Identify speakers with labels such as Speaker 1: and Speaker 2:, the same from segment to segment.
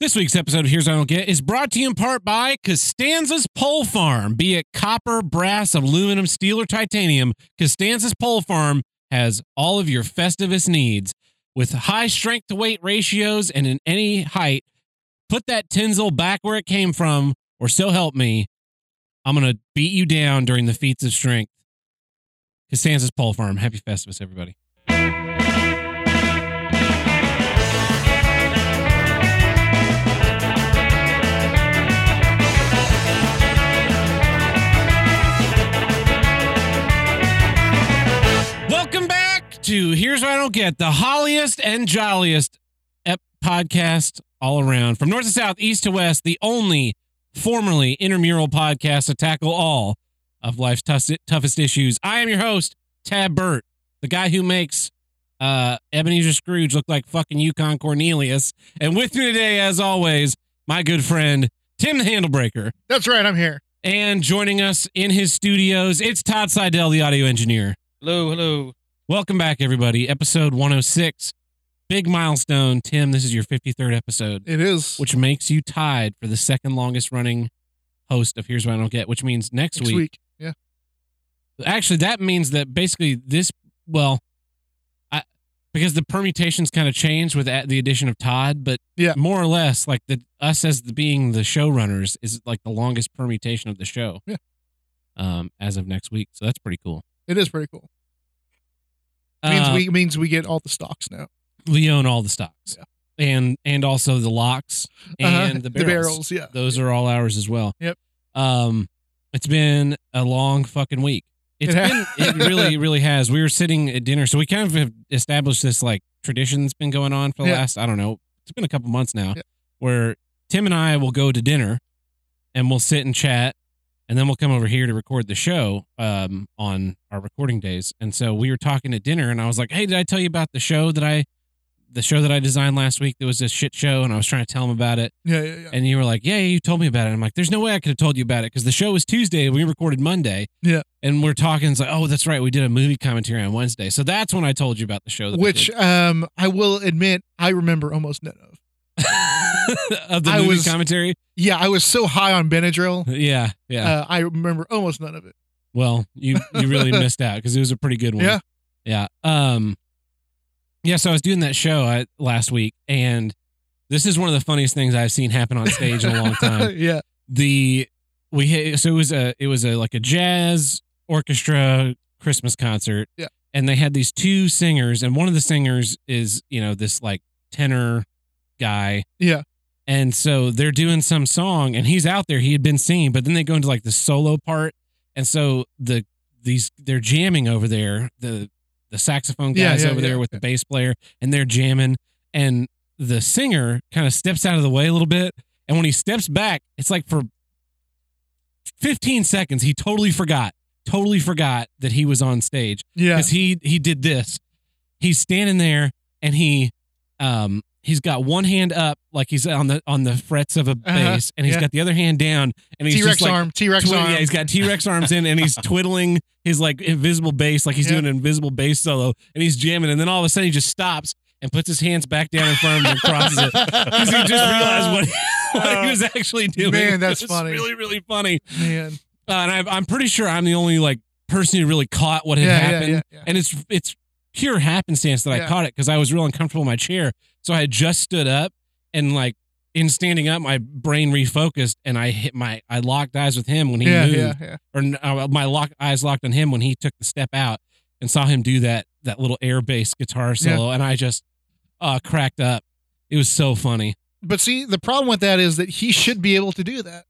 Speaker 1: This week's episode of Here's What I Don't Get is brought to you in part by Costanza's Pole Farm. Be it copper, brass, aluminum, steel, or titanium, Costanza's Pole Farm has all of your Festivus needs. With high strength to weight ratios and in any height, put that tinsel back where it came from, or so help me, I'm going to beat you down during the feats of strength. Costanza's Pole Farm. Happy Festivus, everybody. Welcome back to Here's What I Don't Get, the holliest and jolliest ep- podcast all around. From north to south, east to west, the only formerly intramural podcast to tackle all of life's tus- toughest issues. I am your host, Tab Burt, the guy who makes uh, Ebenezer Scrooge look like fucking Yukon Cornelius. And with me today, as always, my good friend, Tim the Handlebreaker.
Speaker 2: That's right, I'm here.
Speaker 1: And joining us in his studios, it's Todd Seidel, the audio engineer.
Speaker 3: Hello, hello.
Speaker 1: Welcome back, everybody. Episode 106. Big milestone. Tim, this is your 53rd episode,
Speaker 2: It is
Speaker 1: which makes you tied for the second longest running host of Here's What I Don't Get, which means next,
Speaker 2: next week.
Speaker 1: week.
Speaker 2: Yeah,
Speaker 1: Actually, that means that basically this, well, I because the permutations kind of changed with a- the addition of Todd, but
Speaker 2: Yeah.
Speaker 1: more or less, like the us as the, being the showrunners is like the longest permutation of the show.
Speaker 2: Yeah.
Speaker 1: Um, as of next week. So that's pretty cool.
Speaker 2: it is pretty cool. means
Speaker 1: Uh,
Speaker 2: we means we get all the stocks now
Speaker 1: we own all the stocks
Speaker 2: Yeah.
Speaker 1: and and also the locks and
Speaker 2: Uh-huh.
Speaker 1: the, barrels.
Speaker 2: Yeah,
Speaker 1: those are all ours as well
Speaker 2: Yep.
Speaker 1: um it's been a long fucking week It's
Speaker 2: It
Speaker 1: been
Speaker 2: ha-
Speaker 1: it really really has we were sitting at dinner so we kind of have established this like tradition that's been going on for the
Speaker 2: Yeah.
Speaker 1: last i don't know it's been a couple months now
Speaker 2: Yeah.
Speaker 1: where tim and i will go to dinner and we'll sit and chat and then we'll come over here to record the show um, on our recording days. And so we were talking at dinner, and I was like, "Hey, did I tell you about the show that I, the show that I designed last week that was this shit show?" And I was trying to tell him about it,
Speaker 2: yeah, yeah, yeah.
Speaker 1: and you were like, "Yeah, yeah, you told me about it." And I'm like, "There's no way I could have told you about it because the show was Tuesday, and we recorded Monday."
Speaker 2: Yeah.
Speaker 1: and we're talking. It's like, "Oh, that's right, we did a movie commentary on Wednesday." So that's when I told you about the show. That I
Speaker 2: Which
Speaker 1: did.
Speaker 2: um, I will admit, I remember almost none of.
Speaker 1: of the
Speaker 2: I
Speaker 1: movie
Speaker 2: was-
Speaker 1: commentary?
Speaker 2: Yeah, I was so high on Benadryl,
Speaker 1: Yeah, yeah.
Speaker 2: uh, I remember almost none of it.
Speaker 1: Well, you you really missed out because it was a pretty good one.
Speaker 2: Yeah.
Speaker 1: yeah. Um, yeah. So I was doing that show I, last week, and this is one of the funniest things I've seen happen on stage in a long time.
Speaker 2: yeah,
Speaker 1: The we hit, so it was a it was a like a jazz orchestra Christmas concert.
Speaker 2: Yeah.
Speaker 1: and they had these two singers, and one of the singers is you know this like tenor guy.
Speaker 2: Yeah.
Speaker 1: And so they're doing some song and he's out there. He had been singing, but then they go into like the solo part. And so the these they're jamming over there. The the saxophone
Speaker 2: Yeah,
Speaker 1: guys
Speaker 2: yeah,
Speaker 1: over
Speaker 2: yeah,
Speaker 1: there with the bass player and they're jamming and the singer kind of steps out of the way a little bit and when he steps back, it's like for 15 seconds he totally forgot. Totally forgot that he was on stage
Speaker 2: yeah,
Speaker 1: because he he did this. He's standing there and he um he's got one hand up like he's on the on the frets of a bass and he's
Speaker 2: Uh-huh. yeah.
Speaker 1: got the other hand down and he's
Speaker 2: T
Speaker 1: just
Speaker 2: Rex
Speaker 1: like
Speaker 2: arm, T Rex
Speaker 1: twi-
Speaker 2: arm.
Speaker 1: yeah he's got T Rex arms in and he's twiddling his like invisible bass like he's
Speaker 2: Yeah.
Speaker 1: doing an invisible bass solo and he's jamming and then all of a sudden he just stops and puts his hands back down in front of him and crosses it because he just realized what. What he was actually doing.
Speaker 2: Oh. Man, that's
Speaker 1: It was
Speaker 2: funny.
Speaker 1: Really, really funny.
Speaker 2: Man,
Speaker 1: Uh, and I, I'm pretty sure I'm the only like person who really caught what had
Speaker 2: yeah,
Speaker 1: happened.
Speaker 2: yeah, yeah, yeah.
Speaker 1: And it's it's pure happenstance that I
Speaker 2: Yeah.
Speaker 1: caught it because I was real uncomfortable in my chair. So I had just stood up and like in standing up, my brain refocused and I hit my I locked eyes with him when he
Speaker 2: yeah,
Speaker 1: moved,
Speaker 2: yeah, yeah.
Speaker 1: or uh, my lock eyes locked on him when he took the step out and saw him do that that little air bass guitar solo, and I just uh, cracked up. It was so funny.
Speaker 2: But see, the problem with that is that he should be able to do that,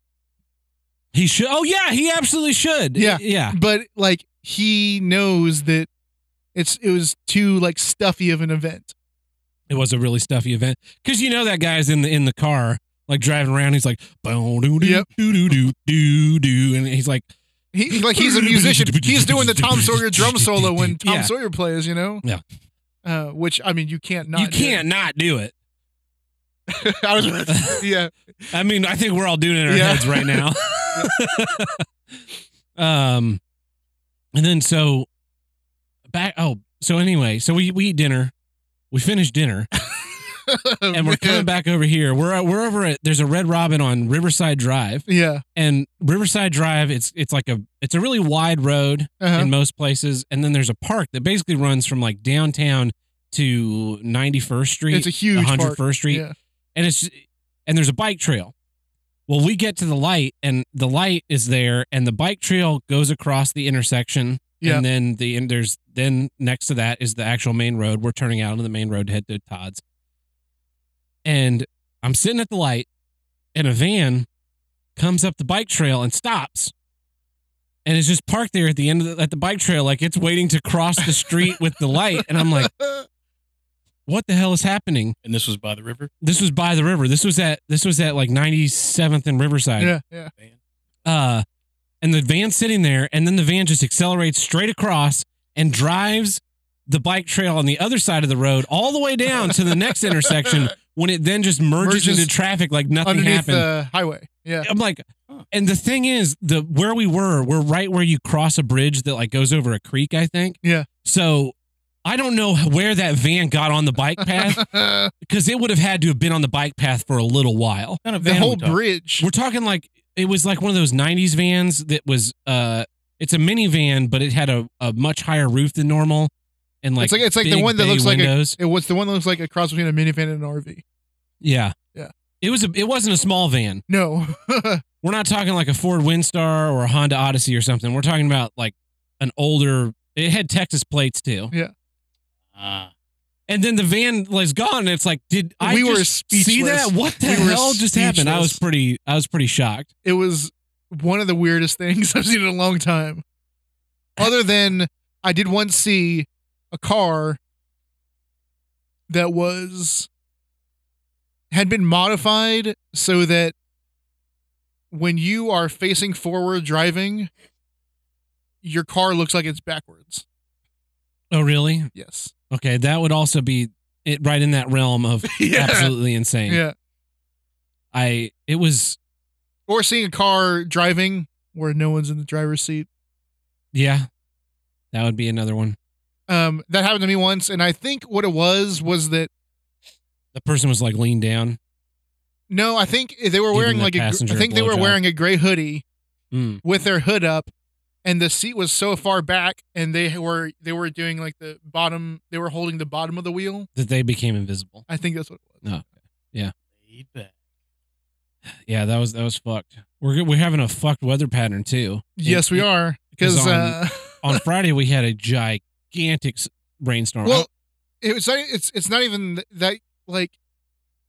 Speaker 1: He should. Oh yeah, he absolutely should.
Speaker 2: Yeah.
Speaker 1: yeah,
Speaker 2: but like he knows that it's it was too like stuffy of an event.
Speaker 1: it was a really stuffy event because you know that guy's in the in the car like driving around. He's like, boom, doo doo
Speaker 2: Yep.
Speaker 1: doo doo doo doo doo, and he's like,
Speaker 2: He like he's a musician. He's doing the Tom Sawyer drum solo when Tom
Speaker 1: Yeah.
Speaker 2: Sawyer plays, you know.
Speaker 1: Yeah.
Speaker 2: Uh, which I mean, you can't not.
Speaker 1: you
Speaker 2: do.
Speaker 1: can't not do it.
Speaker 2: I was about to- yeah,
Speaker 1: I mean, I think we're all doing it in our
Speaker 2: Yeah.
Speaker 1: heads right now. um, and then so back. Oh, so anyway, so we we eat dinner. We finish dinner, and we're coming back over here. We're we're over at there's a Red Robin on Riverside Drive,
Speaker 2: Yeah.
Speaker 1: and Riverside Drive it's it's like a it's a really wide road
Speaker 2: Uh-huh.
Speaker 1: in most places, and then there's a park that basically runs from like downtown to 91st Street,
Speaker 2: It's a huge park.
Speaker 1: 101st Street,
Speaker 2: Yeah.
Speaker 1: and it's and there's a bike trail. Well, we get to the light, and the light is there, and the bike trail goes across the intersection,
Speaker 2: Yeah.
Speaker 1: and then the and there's then next to that is the actual main road. We're turning out on the main road to head to Todd's, and I'm sitting at the light, and a van comes up the bike trail and stops. And it's just parked there at the end of the, at the bike trail, like it's waiting to cross the street with the light. And I'm like,
Speaker 2: Uh,
Speaker 1: "What the hell is happening?"
Speaker 3: And this was by the river.
Speaker 1: this was by the river. This was at this was at like 97th and Riverside.
Speaker 2: Yeah. Yeah.
Speaker 1: Uh and the van's sitting there and then the van just accelerates straight across and drives the bike trail on the other side of the road all the way down to the next intersection when it then just merges,
Speaker 2: Merges
Speaker 1: into traffic like nothing
Speaker 2: Underneath
Speaker 1: happened.
Speaker 2: the highway. Yeah.
Speaker 1: I'm like
Speaker 3: Huh.
Speaker 1: and the thing is the where we were, we're right where you cross a bridge that like goes over a creek, I think.
Speaker 2: Yeah.
Speaker 1: So I don't know where that van got on the bike path because it would have had to have been on the bike path for a little while.
Speaker 3: Kind of
Speaker 2: the
Speaker 3: van we
Speaker 2: whole
Speaker 3: talking?
Speaker 2: bridge.
Speaker 1: We're talking like it was like one of those '90s vans that was. uh It's a minivan, but it had a, a much higher roof than normal, and like
Speaker 2: It's like- it's like the
Speaker 1: big
Speaker 2: one that
Speaker 1: bay
Speaker 2: looks like a-
Speaker 1: windows.
Speaker 2: It was the one that looks like a cross between a minivan and an RV.
Speaker 1: yeah,
Speaker 2: Yeah.
Speaker 1: It was a. It wasn't a small van.
Speaker 2: No.
Speaker 1: We're not talking like a Ford Windstar or a Honda Odyssey or something. We're talking about like an older. It had Texas plates too, Uh,
Speaker 3: Ah.
Speaker 1: and then the van was gone. And it's like, did I
Speaker 2: We were
Speaker 1: just see that?
Speaker 2: speechless.
Speaker 1: What the
Speaker 2: We were
Speaker 1: hell just happened? I was
Speaker 2: speechless.
Speaker 1: pretty. I was pretty shocked.
Speaker 2: it was one of the weirdest things I've seen in a long time. Other than I did once see a car that was had been modified so that when you are facing forward driving, your car looks like it's backwards.
Speaker 1: Oh really?
Speaker 2: Yes.
Speaker 1: Okay, that would also be it right in that realm of absolutely insane.
Speaker 2: Yeah.
Speaker 1: I it was
Speaker 2: Or seeing a car driving where no one's in the driver's seat.
Speaker 1: yeah. That would be another one.
Speaker 2: Um, that happened to me once, and I think what it was was that
Speaker 1: The person was like leaned down.
Speaker 2: No, I think they were
Speaker 1: Giving
Speaker 2: wearing
Speaker 1: the
Speaker 2: like a, gr-
Speaker 1: passenger
Speaker 2: I
Speaker 1: a
Speaker 2: think they were
Speaker 1: blowjob.
Speaker 2: wearing a gray hoodie
Speaker 1: Mm.
Speaker 2: with their hood up, and the seat was so far back, and they were they were doing like the bottom. They were holding the bottom of the wheel.
Speaker 1: That they became invisible.
Speaker 2: I think that's what it was.
Speaker 3: Laid back.
Speaker 1: Yeah, that was that was fucked. We're go- we're having a fucked weather pattern too.
Speaker 2: yes, we
Speaker 1: It-
Speaker 2: are
Speaker 1: because
Speaker 2: because
Speaker 1: on-
Speaker 2: uh,
Speaker 1: On Friday we had a gigantic s- rainstorm.
Speaker 2: well, it was like- it's it's not even that like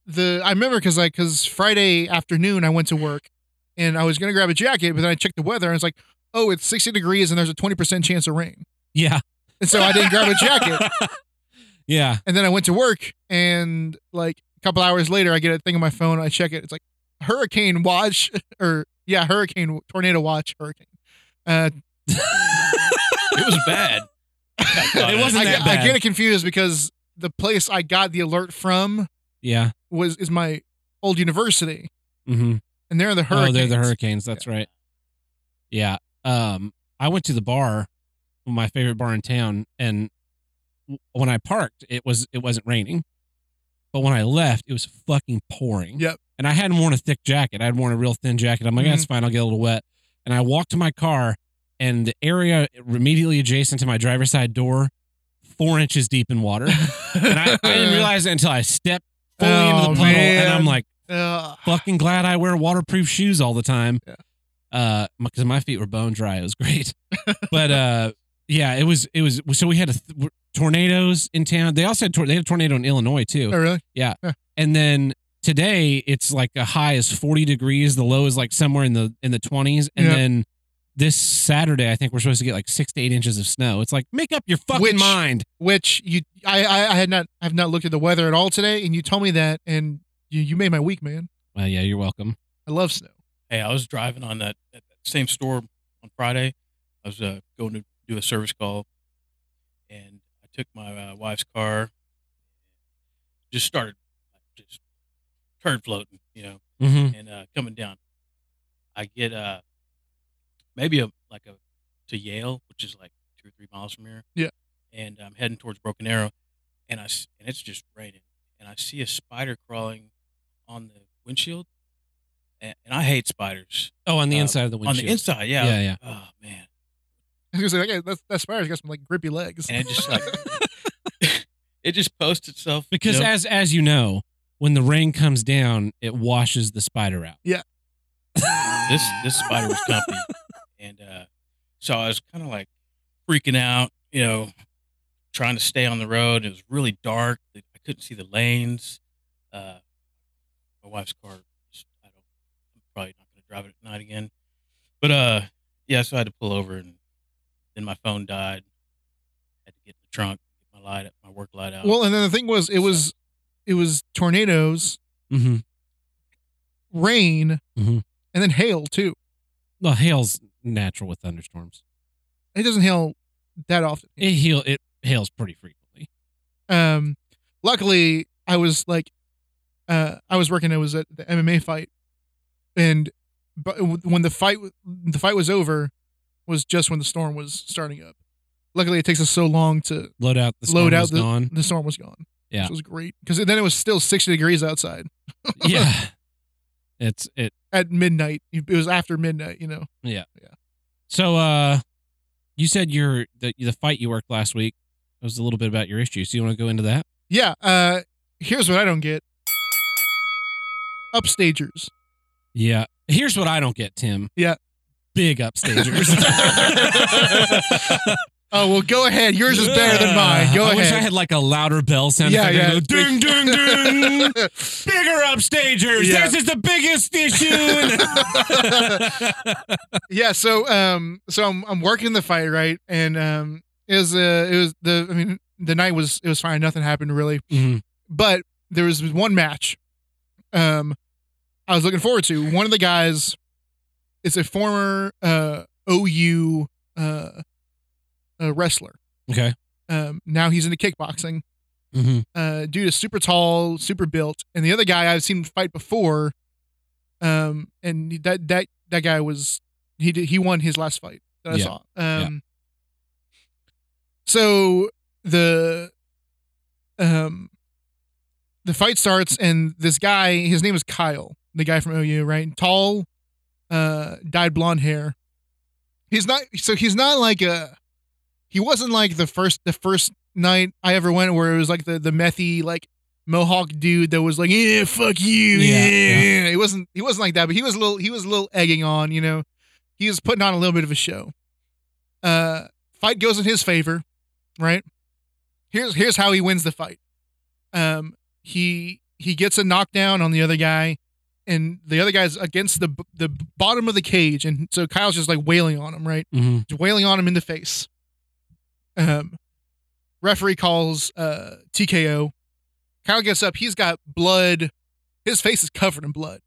Speaker 2: the I remember because like because Friday afternoon I went to work, and I was gonna grab a jacket, but then I checked the weather and it's like, oh, it's sixty degrees and there's a twenty percent chance of rain,
Speaker 1: yeah.
Speaker 2: and so I didn't grab a jacket.
Speaker 1: yeah.
Speaker 2: And then I went to work, and like a couple hours later, I get a thing on my phone. I check it. It's like hurricane watch, or yeah, hurricane tornado watch, hurricane. Uh,
Speaker 3: It was bad.
Speaker 1: It wasn't
Speaker 2: I,
Speaker 1: that
Speaker 2: get- I
Speaker 1: bad.
Speaker 2: get it confused because the place I got the alert from
Speaker 1: Yeah.
Speaker 2: was is my old university,
Speaker 1: Mhm.
Speaker 2: and they're the hurricanes.
Speaker 1: Oh, they're the hurricanes. That's right. Yeah. Um, I went to the bar, my favorite bar in town, and w- when I parked, it was it wasn't raining, but when I left, it was fucking pouring.
Speaker 2: Yep. Mm-hmm.
Speaker 1: And I hadn't worn a thick jacket. I'd worn a real thin jacket. I'm like, that's fine. I'll get a little wet. And I walked to my car, and the area immediately adjacent to my driver's side door, four inches deep in water. and I, I didn't realize it until I stepped fully into
Speaker 2: Oh,
Speaker 1: the puddle, and I'm
Speaker 2: man.
Speaker 1: like
Speaker 2: Ugh.
Speaker 1: fucking glad I wear waterproof shoes all the time.
Speaker 2: Yeah.
Speaker 1: Uh, because my feet were bone dry. It was great. but uh, yeah, it was it was. So we had a th- tornadoes in town. They also had tor- they had a tornado in Illinois too.
Speaker 2: oh, really?
Speaker 1: And then today it's like a high is forty degrees. The low is like somewhere in the in the twenties. And
Speaker 2: Yeah.
Speaker 1: then this Saturday, I think we're supposed to get like six to eight inches of snow. It's like make up your fucking
Speaker 2: Which-
Speaker 1: mind.
Speaker 2: Which you, I, I, I had not, I have not looked at the weather at all today, and you told me that, and you, you made my week, man.
Speaker 1: Well, yeah, you're welcome.
Speaker 2: I love snow.
Speaker 3: Hey, I was driving on that, that that same store on Friday. I was uh, going to do a service call, and I took my uh, wife's car. Just started, just turn floating, you know,
Speaker 1: Mm-hmm.
Speaker 3: and uh, coming down. I get uh, maybe a like a to Yale, which is like two or three miles from here.
Speaker 2: Yeah.
Speaker 3: and I'm heading towards Broken Arrow, and I s- and it's just raining, and I see a spider crawling on the windshield, and, and I hate spiders
Speaker 1: Oh, on the
Speaker 3: Uh,
Speaker 1: inside of the windshield.
Speaker 3: on the inside. Yeah.
Speaker 1: Yeah, yeah.
Speaker 3: Oh man,
Speaker 2: I was gonna say, okay, that, that spider's got some like grippy legs.
Speaker 3: and it just like it just posts itself
Speaker 1: Because
Speaker 3: you know?
Speaker 1: as as you know, when the rain comes down, it washes the spider out.
Speaker 2: Yeah.
Speaker 3: this
Speaker 2: Mm.
Speaker 3: this spider was comfy, and uh, so I was kind of like freaking out, you know, trying to stay on the road. It was really dark. I couldn't see the lanes. Uh, my wife's car. is- I don't. I'm probably not going to drive it at night again. But uh, yeah. So I had to pull over, and then my phone died. Had to get in the trunk, get my light, my work light out.
Speaker 2: Well, and then the thing was, it was, it was tornadoes,
Speaker 1: Mm-hmm.
Speaker 2: rain,
Speaker 1: Mhm.
Speaker 2: and then hail too.
Speaker 1: Well, hail's natural with thunderstorms.
Speaker 2: It doesn't hail that often.
Speaker 1: It hail it hails pretty frequently.
Speaker 2: Um, luckily, I was like, uh, I was working. I was at the MMA fight, and but when the fight the fight was over, was just when the storm was starting up. Luckily, it takes us so long to
Speaker 1: Load out the storm
Speaker 2: Load out
Speaker 1: is gone.
Speaker 2: the storm was gone.
Speaker 1: Yeah.
Speaker 2: which was great because then it was still sixty degrees outside
Speaker 1: yeah. It's it.
Speaker 2: at midnight. It was after midnight, you know.
Speaker 1: So uh, you said your the the fight you worked last week it was a little bit about your issues. Do you want to go into that?
Speaker 2: Yeah. Uh, here's what I don't get. Upstagers.
Speaker 1: Yeah. Here's what I don't get, Tim.
Speaker 2: Yeah.
Speaker 1: Big upstagers.
Speaker 2: Oh well, go ahead. Yours is better than mine. Go
Speaker 1: I
Speaker 2: ahead.
Speaker 1: wish I had like a louder bell sound.
Speaker 2: Yeah,
Speaker 1: Yeah,
Speaker 2: yeah.
Speaker 1: yeah. Ding, ding, ding. Bigger upstagers.
Speaker 2: Yeah.
Speaker 1: This is the biggest issue.
Speaker 2: yeah so um so i'm, I'm working the fight right and um it was uh it was the i mean the night was it was fine nothing happened really
Speaker 1: Mhm.
Speaker 2: but there was one match um i was looking forward to one of the guys is a former uh ou uh, uh wrestler
Speaker 1: Okay.
Speaker 2: um now he's into kickboxing
Speaker 1: Mhm.
Speaker 2: uh, dude is super tall, super built, and the other guy I've seen fight before, um, and that that that guy was he did, he won his last fight that I
Speaker 1: Yeah.
Speaker 2: saw. Um, so the um the fight starts, and this guy, his name is Kyle, the guy from OU, right? Tall, uh, dyed blonde hair. He's not so he's not like a he wasn't like the first the first night I ever went where it was like the the methy like mohawk dude that was like yeah fuck you yeah,
Speaker 1: Yeah,
Speaker 2: yeah. he wasn't he wasn't like that but he was a little he was a little egging on you know he was putting on a little bit of a show uh fight goes in his favor right here's here's how he wins the fight um he he gets a knockdown on the other guy and the other guy's against the b- the bottom of the cage and so Kyle's just like wailing on him right
Speaker 1: Mhm.
Speaker 2: just wailing on him in the face. Um, referee calls uh, TKO. Kyle gets up. He's got blood. His face is covered in blood.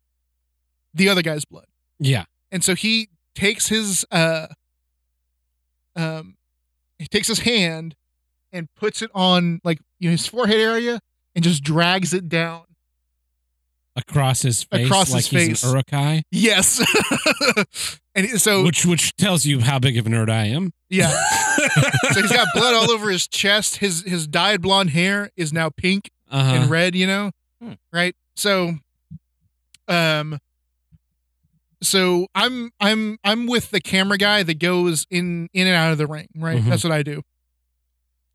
Speaker 2: The other guy's blood.
Speaker 1: Yeah.
Speaker 2: And so he takes his uh, um, he takes his hand and puts it on like you know his forehead area and just drags it down.
Speaker 1: Across his face,
Speaker 2: Across
Speaker 1: like
Speaker 2: his
Speaker 1: he's
Speaker 2: face.
Speaker 1: an urukai,
Speaker 2: Yes. and so
Speaker 1: which which tells you how big of a nerd I am.
Speaker 2: yeah. so he's got blood all over his chest. His his dyed blonde hair is now pink and
Speaker 1: Uh-huh.
Speaker 2: red, you know?
Speaker 3: Hmm.
Speaker 2: Right? So um so I'm I'm I'm with the camera guy that goes in in and out of the ring, right?
Speaker 1: Mhm.
Speaker 2: That's what I do.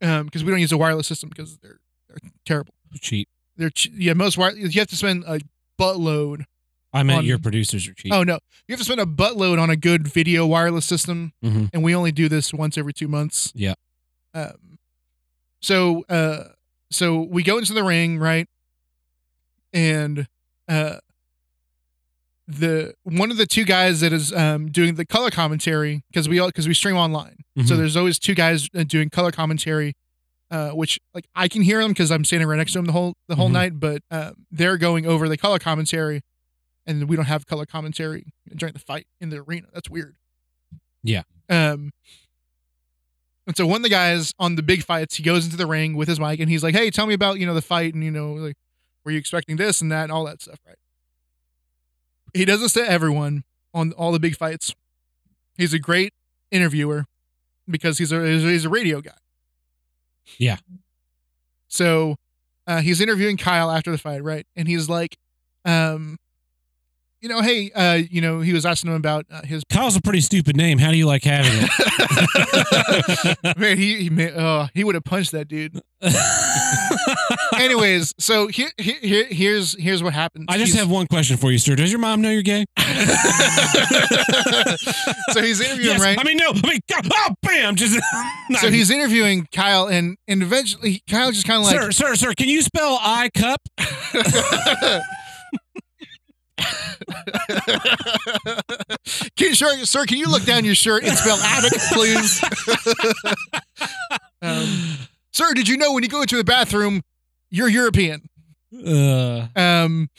Speaker 2: Um because we don't use a wireless system because they're they're terrible.
Speaker 1: cheap.
Speaker 2: They're ch- yeah, most wire you have to spend a buttload.
Speaker 1: I meant
Speaker 2: On-
Speaker 1: your producers are cheap.
Speaker 2: Oh no. You have to spend a buttload on a good video wireless system
Speaker 1: Mhm.
Speaker 2: and we only do this once every 2 months.
Speaker 1: Yeah.
Speaker 2: Um so uh so we go into the ring, right? And uh the one of the two guys that is um doing the color commentary because we all because we stream online. So
Speaker 1: Mhm.
Speaker 2: there's always two guys uh, doing color commentary uh which like I can hear them because I'm standing right next to them the whole the whole
Speaker 1: Mhm.
Speaker 2: night, but uh, they're going over the color commentary and we don't have color commentary during the fight in the arena. That's weird.
Speaker 1: Yeah.
Speaker 2: Um and so one of the guys on the big fights, he goes into the ring with his mic and he's like, Hey, tell me about, you know, the fight and you know, like were you expecting this and that and all that stuff, right? He does this to everyone on all the big fights. He's a great interviewer because he's a he's a radio guy.
Speaker 1: Yeah.
Speaker 2: So uh, he's interviewing Kyle after the fight, right? And he's like, um, you know, hey, uh, you know, he was asking him about uh, his
Speaker 1: Kyle's a pretty stupid name. How do you like having it?
Speaker 2: man. He he may, uh, he would have punched that dude. Anyways, so here, here here here's here's what happened.
Speaker 1: I just
Speaker 2: He's-
Speaker 1: have one question for you, sir. Does your mom know you're gay?
Speaker 2: so he's interviewing
Speaker 1: Yes.
Speaker 2: right.
Speaker 1: I mean, no. I mean, oh, bam! Just
Speaker 2: so he's interviewing Kyle, and and eventually Kyle just kind of like
Speaker 1: sir, sir, sir. Can you spell I cup?
Speaker 2: can, sir, sir, can you look down your shirt and spell attic, please? um, sir, did you know when you go into the bathroom, you're European?
Speaker 1: Uh,
Speaker 2: Um,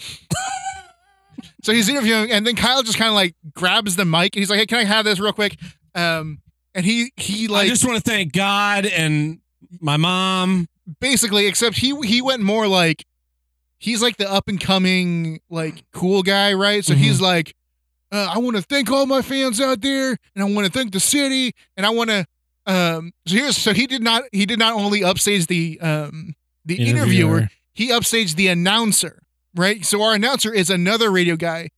Speaker 2: so he's interviewing, and then Kyle just kind of like grabs the mic, and he's like, "Hey, can I have this real quick?" Um, and he he
Speaker 1: I
Speaker 2: like
Speaker 1: just want to thank God and my mom.
Speaker 2: basically, except he he went more like he's like the up and coming like cool guy, right? So
Speaker 1: Mhm.
Speaker 2: he's like, uh, I want to thank all my fans out there, and I want to thank the city, and I want to. Um, so here's so he did not he did not only upstage the um the interviewer, he upstaged the announcer, right? So our announcer is another radio guy.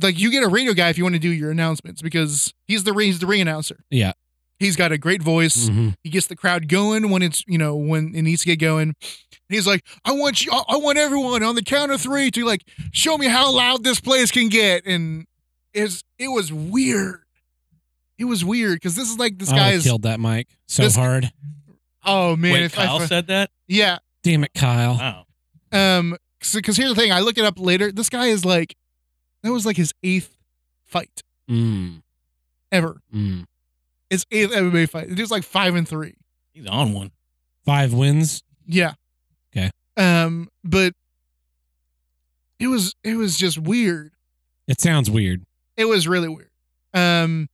Speaker 2: Like you get a radio guy if you want to do your announcements because he's the he's the ring announcer.
Speaker 1: Yeah.
Speaker 2: He's got a great voice.
Speaker 1: Mhm.
Speaker 2: He gets the crowd going when it's you know when it needs to get going. And he's like, I want you, I I want everyone on the count of three to like show me how loud this place can get. And it's it was weird. It was weird because this is like this
Speaker 1: I would've
Speaker 2: guy's.
Speaker 1: killed that mic so
Speaker 2: this-
Speaker 1: hard.
Speaker 2: Oh man,
Speaker 3: Wait,
Speaker 2: if
Speaker 3: Kyle
Speaker 2: I,
Speaker 3: said that?
Speaker 2: yeah,
Speaker 1: Damn it, Kyle.
Speaker 3: Wow.
Speaker 2: Um, because here's the thing, I look it up later. This guy is like, that was like his eighth fight
Speaker 1: Mm,
Speaker 2: ever.
Speaker 1: mm.
Speaker 2: His eighth MMA fight. It was like five and three.
Speaker 3: He's on one.
Speaker 1: Five wins.
Speaker 2: Yeah.
Speaker 1: Okay.
Speaker 2: Um, but it was it was just weird.
Speaker 1: It sounds weird.
Speaker 2: It was really weird. Um,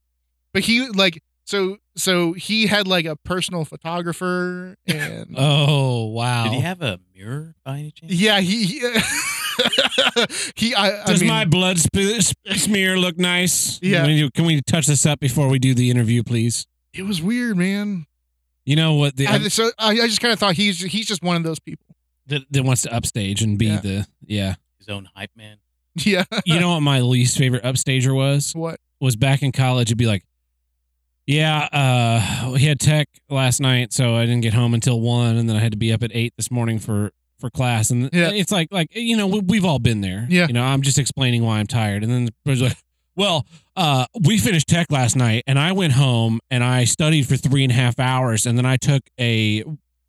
Speaker 2: but he like so so he had like a personal photographer and
Speaker 1: Oh wow.
Speaker 3: Did he have a mirror by any chance?
Speaker 2: yeah he he, he I, I
Speaker 1: Does
Speaker 2: mean,
Speaker 1: my blood sp- sp- smear look nice?
Speaker 2: Yeah.
Speaker 1: Can we, can we touch this up before we do the interview, please?
Speaker 2: it was weird man.
Speaker 1: You know what? The
Speaker 2: I, so I, I just kind of thought he's he's just one of those people.
Speaker 1: that, that wants to upstage and be
Speaker 2: Yeah.
Speaker 1: the yeah.
Speaker 3: His own hype man.
Speaker 2: Yeah.
Speaker 1: You know what my least favorite upstager was?
Speaker 2: What?
Speaker 1: Was back in college. It'd be like, yeah, uh, we had tech last night, so I didn't get home until one, and then I had to be up at eight this morning for for class. And
Speaker 2: Yeah.
Speaker 1: it's like like you know we, we've all been there.
Speaker 2: Yeah.
Speaker 1: You know I'm just explaining why I'm tired, and then the person's like, well, uh, we finished tech last night, and I went home and I studied for three and a half hours, and then I took a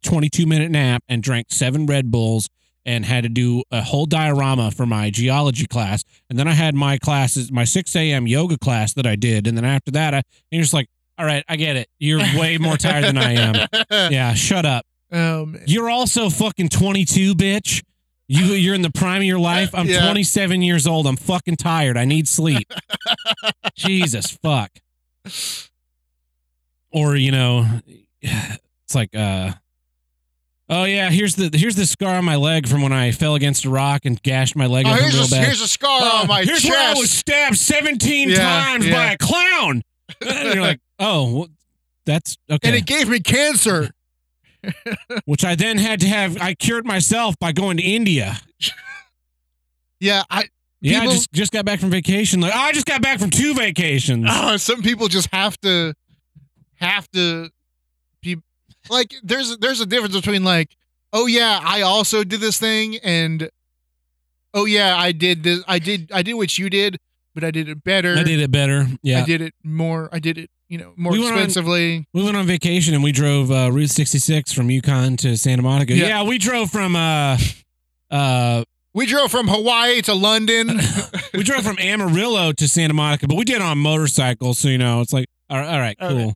Speaker 1: 22 minute nap and drank seven Red Bulls and had to do a whole diorama for my geology class. And then I had my classes, my 6 a.m. yoga class that I did. And then after that, I, and you're just like, all right, I get it. You're way more tired than I am. Yeah, shut up.
Speaker 2: Um,
Speaker 1: You're also fucking 22, bitch. You, you're in the prime of your life. I'm
Speaker 2: Yeah.
Speaker 1: 27 years old. I'm fucking tired. I need sleep. Jesus fuck. Or you know, it's like, uh, oh yeah, here's the here's the scar on my leg from when I fell against a rock and gashed my leg
Speaker 2: oh,
Speaker 1: open real
Speaker 2: here's, a,
Speaker 1: bad.
Speaker 2: here's a scar on
Speaker 1: Uh,
Speaker 2: my
Speaker 1: here's
Speaker 2: chest.
Speaker 1: where I was stabbed 17
Speaker 2: Yeah,
Speaker 1: times
Speaker 2: yeah.
Speaker 1: by a clown. And you're like, oh, well, that's okay.
Speaker 2: And it gave me cancer.
Speaker 1: Which I then had to have, I cured myself by going to India.
Speaker 2: Yeah, I
Speaker 1: Yeah,
Speaker 2: People-
Speaker 1: I just, just got back from vacation. Like, I just got back from two vacations.
Speaker 2: oh, some people just have to have to be like there's there's a difference between like, oh yeah, I also did this thing and oh yeah, I did this I did I did what you did, but I did it better.
Speaker 1: I did it better.
Speaker 2: I
Speaker 1: Yeah.
Speaker 2: did it more I did it, you know, more
Speaker 1: We went on-
Speaker 2: expensively.
Speaker 1: We went on vacation and we drove uh, Route 66 from Yukon to Santa Monica.
Speaker 2: Yeah.
Speaker 1: Yeah, we drove from, uh, uh,
Speaker 2: We drove from Hawaii to London.
Speaker 1: we drove from Amarillo to Santa Monica, but we did it on motorcycles. So, you know, it's like, all right, all right
Speaker 2: All
Speaker 1: cool.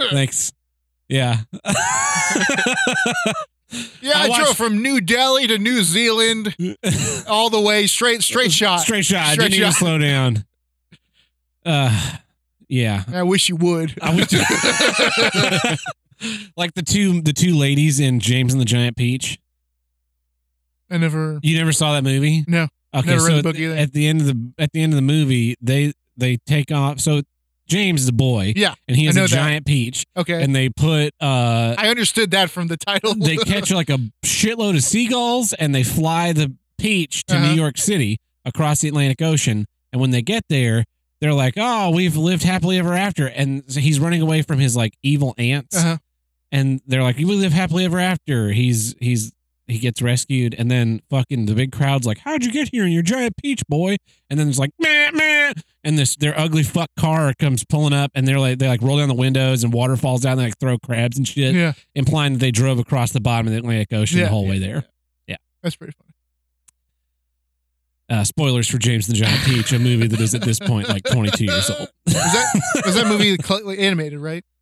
Speaker 1: Thanks. Yeah.
Speaker 2: Yeah,
Speaker 1: I
Speaker 2: I, drove
Speaker 1: watched-
Speaker 2: from New Delhi to New Zealand, all the way straight, straight shot.
Speaker 1: Straight shot. I
Speaker 2: Straight
Speaker 1: didn't even
Speaker 2: shot.
Speaker 1: slow down. Uh, yeah.
Speaker 2: I wish you would.
Speaker 1: I was just- like the two the two ladies in James and the Giant Peach.
Speaker 2: I never.
Speaker 1: You never saw that movie?
Speaker 2: No.
Speaker 1: Okay.
Speaker 2: Never read
Speaker 1: so
Speaker 2: the book
Speaker 1: at-
Speaker 2: either.
Speaker 1: at the end of the at the end of the movie, they they take off. So James is a boy.
Speaker 2: Yeah,
Speaker 1: And he has
Speaker 2: I know
Speaker 1: a
Speaker 2: that.
Speaker 1: giant peach.
Speaker 2: Okay.
Speaker 1: And they put uh
Speaker 2: I understood that from the title.
Speaker 1: they catch like a shitload of seagulls and they fly the peach to
Speaker 2: Uh-huh.
Speaker 1: New York City across the Atlantic Ocean. And when they get there, they're like, "Oh, we've lived happily ever after." And so he's running away from his like evil aunts,
Speaker 2: Uh-huh.
Speaker 1: and they're like, "We live happily ever after." He's he's he gets rescued, and then fucking the big crowd's like, "How'd you get here in your giant peach boy?" And then it's like, "Man, man!" And this their ugly fuck car comes pulling up, and they're like they like roll down the windows, and water falls down, and they like throw crabs and shit
Speaker 2: yeah,
Speaker 1: implying that they drove across the bottom of the Atlantic Ocean
Speaker 2: Yeah,
Speaker 1: the whole
Speaker 2: yeah,
Speaker 1: way there.
Speaker 2: that's pretty funny.
Speaker 1: Uh, spoilers for James and the Giant Peach, a movie that is at this point like 22 years old.
Speaker 2: Was that was that movie cl- like, animated, right?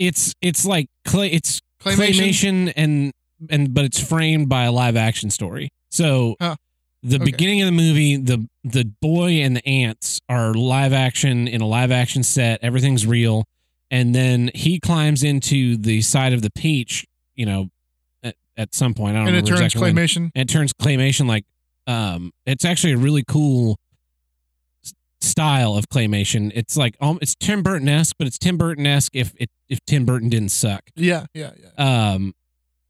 Speaker 1: It's it's like clay, it's claymation, and and but it's framed by a live action story. So
Speaker 2: Huh.
Speaker 1: the
Speaker 2: Okay.
Speaker 1: beginning of the movie, the the boy and the ants are live action in a live action set. Everything's real, and then he climbs into the side of the peach. You know, at, at some point, I don't
Speaker 2: and it
Speaker 1: remember
Speaker 2: turns
Speaker 1: exactly when.
Speaker 2: claymation.
Speaker 1: and it turns claymation like um it's actually a really cool s- style of claymation it's like um it's tim burton-esque but it's tim burton-esque if it, if tim burton didn't suck
Speaker 2: Yeah, yeah, yeah.
Speaker 1: um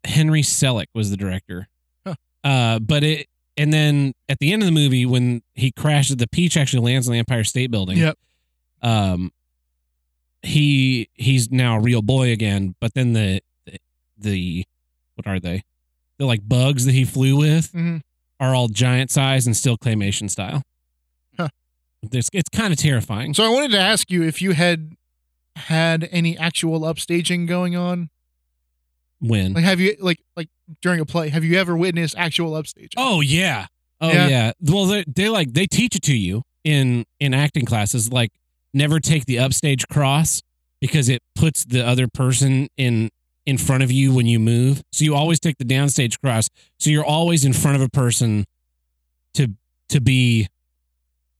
Speaker 1: henry selick was the director
Speaker 2: Huh.
Speaker 1: uh but it and then at the end of the movie when he crashes the peach actually lands on the empire state building
Speaker 2: Yep.
Speaker 1: um he he's now a real boy again but then the the what are they the like bugs that he flew with
Speaker 2: hmm
Speaker 1: are all giant size and still claymation style.
Speaker 2: Huh.
Speaker 1: It's, it's kind of terrifying.
Speaker 2: So I wanted to ask you if you had had any actual upstaging going on.
Speaker 1: When?
Speaker 2: Like, have you like like during a play? Have you ever witnessed actual upstaging?
Speaker 1: oh yeah. Oh
Speaker 2: Yeah.
Speaker 1: yeah. Well, they they like they teach it to you in in acting classes. Like never take the upstage cross because it puts the other person in in front of you when you move. So you always take the downstage cross. So you're always in front of a person to to be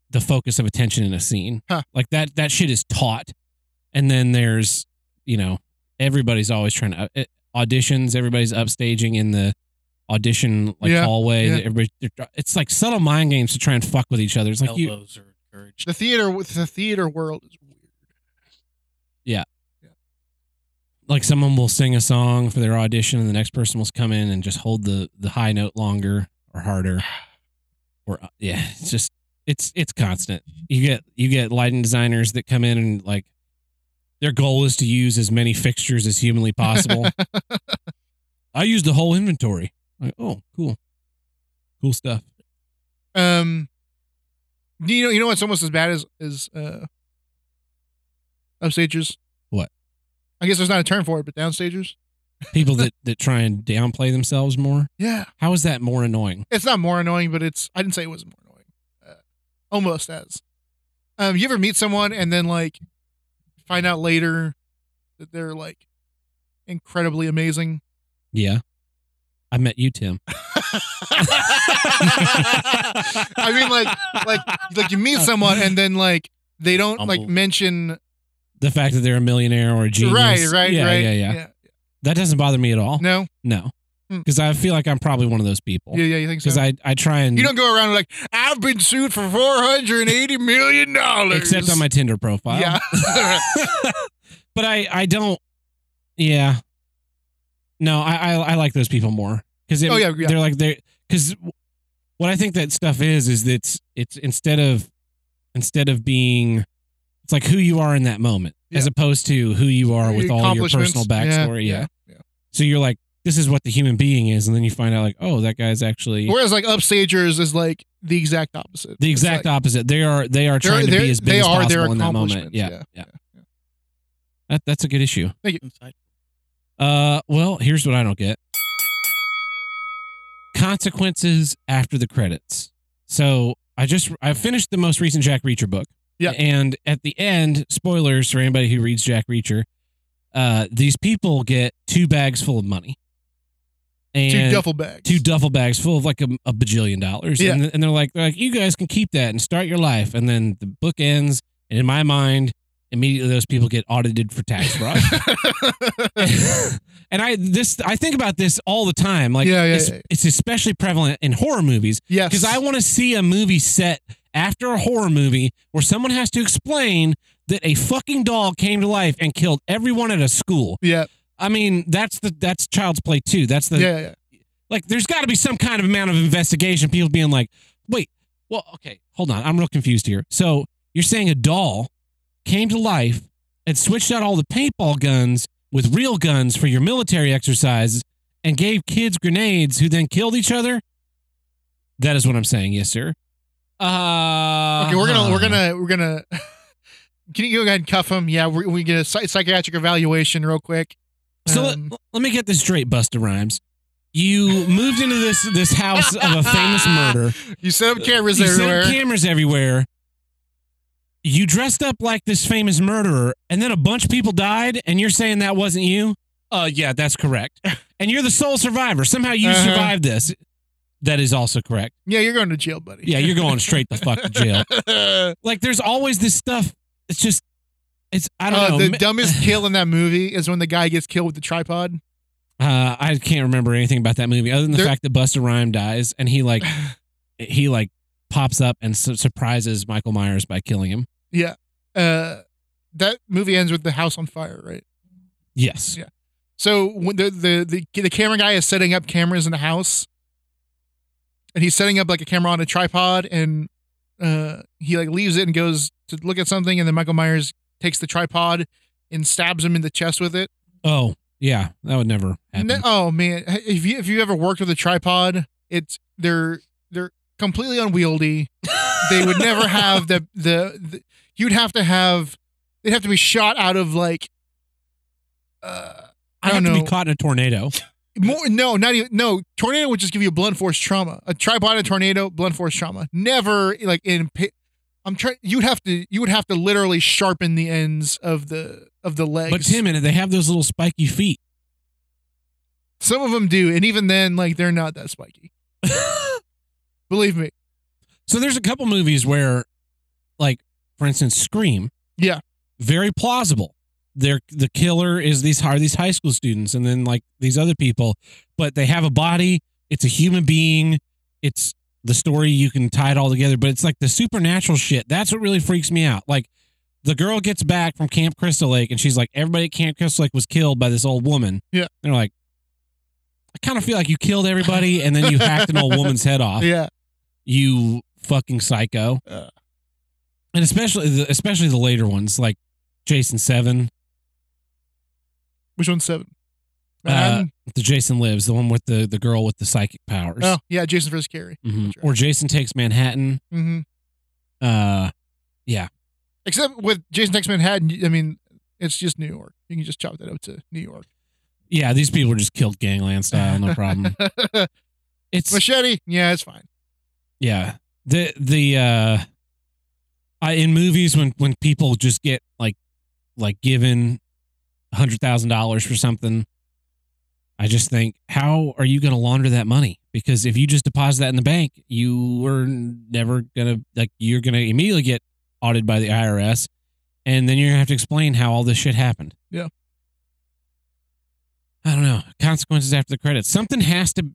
Speaker 1: the focus of attention in a scene.
Speaker 2: Huh.
Speaker 1: Like that that shit is taught. And then there's, you know, everybody's always trying to uh, auditions, everybody's upstaging in the audition like
Speaker 2: Yeah,
Speaker 1: hallway.
Speaker 2: yeah.
Speaker 1: Everybody they're- it's like subtle mind games to try and fuck with each other. It's like you
Speaker 3: Elbows are encouraged.
Speaker 2: the theater the theater world is weird.
Speaker 1: like someone will sing a song for their audition and the next person will come in and just hold the the high note longer or harder or uh, yeah it's just it's it's constant you get you get lighting designers that come in and like their goal is to use as many fixtures as humanly possible i use the whole inventory like oh cool cool stuff
Speaker 2: Um, you know, you know what's almost as bad as as uh, upstagers.
Speaker 1: What?
Speaker 2: I guess there's not a term for it, but downstagers.
Speaker 1: people that that try and downplay themselves more
Speaker 2: Yeah,
Speaker 1: how is that more annoying
Speaker 2: it's not more annoying, but it's. I didn't say it was more annoying. Uh, almost as. Um, you ever meet someone and then like find out later that they're like incredibly amazing?
Speaker 1: yeah i met you tim
Speaker 2: I mean, like, like, like you meet someone and then like they don't like
Speaker 3: Humble.
Speaker 2: mention
Speaker 1: the fact that they're a millionaire or a genius.
Speaker 2: right, right,
Speaker 1: yeah,
Speaker 2: right.
Speaker 1: Yeah, yeah,
Speaker 2: yeah.
Speaker 1: That doesn't bother me at all.
Speaker 2: No,
Speaker 1: No.
Speaker 2: Hmm.
Speaker 1: Because I feel like I'm probably one of those people.
Speaker 2: yeah, yeah. You think so?
Speaker 1: Because Oh. I, I try and
Speaker 2: You don't go around like I've been sued for four hundred and eighty million dollars.
Speaker 1: except on my Tinder profile.
Speaker 2: yeah.
Speaker 1: but I, I don't. Yeah. No, I, I, I like those people more because
Speaker 2: Oh, yeah, yeah.
Speaker 1: they're like they because what I think that stuff is is that it's, it's instead of instead of being it's like who you are in that moment as
Speaker 2: Yeah.
Speaker 1: opposed to who you are with all your
Speaker 2: Accomplishments.
Speaker 1: personal backstory. yeah.
Speaker 2: yeah,
Speaker 1: So you're like, this is what the human being is, and then you find out like, oh, that guy's actually
Speaker 2: yeah. Whereas like upstagers is like the exact opposite.
Speaker 1: the exact
Speaker 2: It's like,
Speaker 1: opposite. They are they are
Speaker 2: They're-
Speaker 1: trying to
Speaker 2: they're-
Speaker 1: be as big
Speaker 2: they
Speaker 1: as
Speaker 2: are their
Speaker 1: possible in that moment.
Speaker 2: accomplishments,
Speaker 1: Yeah,
Speaker 2: yeah,
Speaker 1: yeah.
Speaker 2: yeah.
Speaker 1: That, that's a good issue.
Speaker 3: Inside.
Speaker 1: Uh, well, here's what I don't get. Consequences after the credits. So I just I finished the most recent Jack Reacher book.
Speaker 2: Yeah.
Speaker 1: And at the end, spoilers for anybody who reads Jack Reacher, uh, these people get two bags full of money. And
Speaker 2: two duffel bags.
Speaker 1: two duffel bags full of like a, a bajillion dollars.
Speaker 2: Yeah.
Speaker 1: And, and they're like, they're like, you guys can keep that and start your life. And then the book ends. And in my mind, immediately those people get audited for tax fraud. and I this I think about this all the time. Like,
Speaker 2: Yeah, yeah,
Speaker 1: it's,
Speaker 2: yeah.
Speaker 1: it's especially prevalent in horror movies
Speaker 2: yes,
Speaker 1: because I want to see a movie set after a horror movie where someone has to explain that a fucking doll came to life and killed everyone at a school.
Speaker 2: Yeah.
Speaker 1: I mean, that's the that's child's play too. That's the
Speaker 2: yeah. yeah.
Speaker 1: like there's got to be some kind of amount of investigation. People being like, wait, well, okay, hold on. I'm real confused here. So you're saying a doll came to life and switched out all the paintball guns with real guns for your military exercises and gave kids grenades who then killed each other? That is what I'm saying. Yes, sir. Uh,
Speaker 2: Okay, we're gonna we're gonna we're gonna. Can you go ahead and cuff him? Yeah, we we get a psych- psychiatric evaluation real quick.
Speaker 1: So let,
Speaker 2: Um,
Speaker 1: let me get this straight, Busta Rhymes. You moved into this this house of a famous murder.
Speaker 2: you set up cameras
Speaker 1: uh, you set up
Speaker 2: everywhere.
Speaker 1: cameras everywhere. You dressed up like this famous murderer, and then a bunch of people died, and you're saying that wasn't you? Uh, yeah, that's correct. And you're the sole survivor. Somehow you
Speaker 2: Uh-huh.
Speaker 1: survived this. That is also correct.
Speaker 2: yeah, you're going to jail, buddy.
Speaker 1: Yeah, you're going straight the fuck to jail. Like, there's always this stuff. It's just, it's I don't
Speaker 2: Uh,
Speaker 1: know.
Speaker 2: the
Speaker 1: Ma-
Speaker 2: dumbest kill in that movie is when the guy gets killed with the tripod.
Speaker 1: Uh, I can't remember anything about that movie other than the
Speaker 2: There-
Speaker 1: fact that Buster Rhyme dies and he like he like pops up and su- surprises Michael Myers by killing him.
Speaker 2: Uh, that movie ends with the house on fire, right?
Speaker 1: Yes.
Speaker 2: Yeah. So when the, the the the camera guy is setting up cameras in the house, and he's setting up like a camera on a tripod, and uh, he like leaves it and goes to look at something, and then Michael Myers takes the tripod and stabs him in the chest with it.
Speaker 1: Oh, yeah. That would never happen.
Speaker 2: No- oh man, if you if you ever worked with a tripod, it's they're they're completely unwieldy. they would never have the, the the you'd have to have they'd have to be shot out of like uh I
Speaker 1: I
Speaker 2: don't
Speaker 1: have
Speaker 2: know.
Speaker 1: to be caught in a tornado.
Speaker 2: More no, not even no. Tornado would just give you blunt force trauma. A tripod, a tornado, blunt force trauma. Never like in. pa- I'm trying. You'd have to. You would have to literally sharpen the ends of the of the legs.
Speaker 1: But Tim and they have those little spiky feet.
Speaker 2: some of them do, and even then, like they're not that spiky. Believe me.
Speaker 1: So there's a couple movies where, like, for instance, Scream.
Speaker 2: Yeah.
Speaker 1: Very plausible. They're, the killer is these are these high school students and then like these other people, but they have a body. It's a human being. It's the story you can tie it all together, but it's like the supernatural shit. That's what really freaks me out. Like the girl gets back from Camp Crystal Lake and she's like, everybody at Camp Crystal Lake was killed by this old woman.
Speaker 2: Yeah.
Speaker 1: And they're like, I kind of feel like you killed everybody and then you hacked an old woman's head off
Speaker 2: Yeah.
Speaker 1: you fucking psycho.
Speaker 2: Uh.
Speaker 1: And especially the especially the later ones like Jason Seven,
Speaker 2: Which one's seven?
Speaker 1: Uh,
Speaker 2: Manhattan?
Speaker 1: the Jason Lives, the one with the the girl with the psychic powers,
Speaker 2: oh yeah, Jason vs. Carey.
Speaker 1: Mhm. or Jason Takes Manhattan.
Speaker 2: hmm
Speaker 1: Uh,
Speaker 2: Except with Jason X Manhattan, I mean, it's just New York. You can just chop that up to New York.
Speaker 1: yeah, these people are just killed gangland style, no problem. It's
Speaker 2: Machete? Yeah, it's fine.
Speaker 1: yeah the the uh, I, in movies when when people just get like like given hundred thousand dollars for something. I just think, how are you going to launder that money? Because if you just deposit that in the bank, you are never going to, like, you're going to immediately get audited by the IRS. And then you're going to have to explain how all this shit happened.
Speaker 2: Yeah.
Speaker 1: I don't know. Consequences after the credits. Something has to,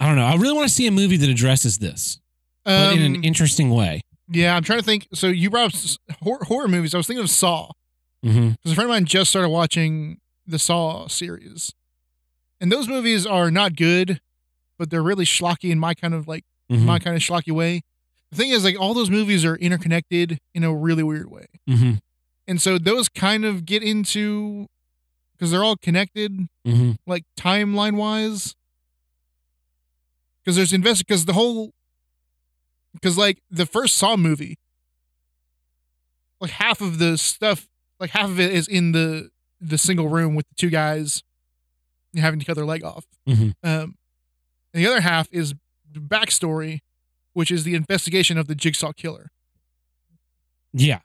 Speaker 1: I don't know. I really want to see a movie that addresses this, but in an
Speaker 2: Um,
Speaker 1: interesting way.
Speaker 2: Yeah, I'm trying to think. So you brought up s- hor- horror movies. I was thinking of Saw
Speaker 1: Mm-hmm.
Speaker 2: because a friend of mine just started watching the Saw series, and those movies are not good, but they're really schlocky in my kind of like
Speaker 1: Mm-hmm.
Speaker 2: my kind of schlocky way. The thing is, like all those movies are interconnected in a really weird way,
Speaker 1: mm-hmm.
Speaker 2: and so those kind of get into because they're all connected,
Speaker 1: Mm-hmm.
Speaker 2: like timeline wise. Because there's invest because the whole because like the first Saw movie, like half of the stuff, like half of it is in the the single room with the two guys having to cut their leg off.
Speaker 1: Mhm.
Speaker 2: Um, and the other half is the backstory, which is the investigation of the Jigsaw killer.
Speaker 1: Yeah.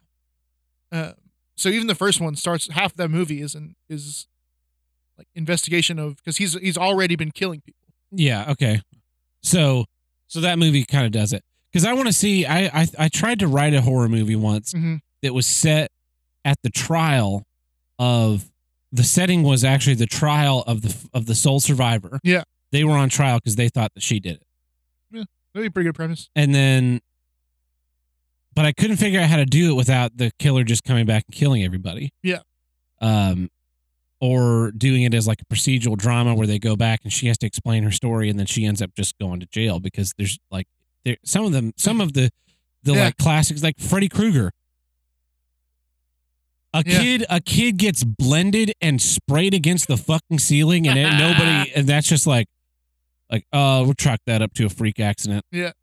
Speaker 2: Uh, so even the first one starts half that movie is an, is like investigation of because he's he's already been killing people.
Speaker 1: Yeah. Okay. So, so that movie kind of does it because I want to see. I, I I tried to write a horror movie once
Speaker 2: Mhm.
Speaker 1: that was set at the trial of the setting was actually the trial of the of the sole survivor.
Speaker 2: Yeah.
Speaker 1: They were on trial because they thought that she did it,
Speaker 2: That'd be a pretty good premise.
Speaker 1: and then. but I couldn't figure out how to do it without the killer just coming back and killing everybody.
Speaker 2: Yeah.
Speaker 1: Um, or doing it as like a procedural drama where they go back and she has to explain her story and then she ends up just going to jail because there's like there some of them some of the the
Speaker 2: Yeah.
Speaker 1: like classics like Freddy Krueger. A
Speaker 2: Yeah.
Speaker 1: kid a kid gets blended and sprayed against the fucking ceiling and it, nobody and that's just like like uh we'll chalk that up to a freak accident.
Speaker 2: A lot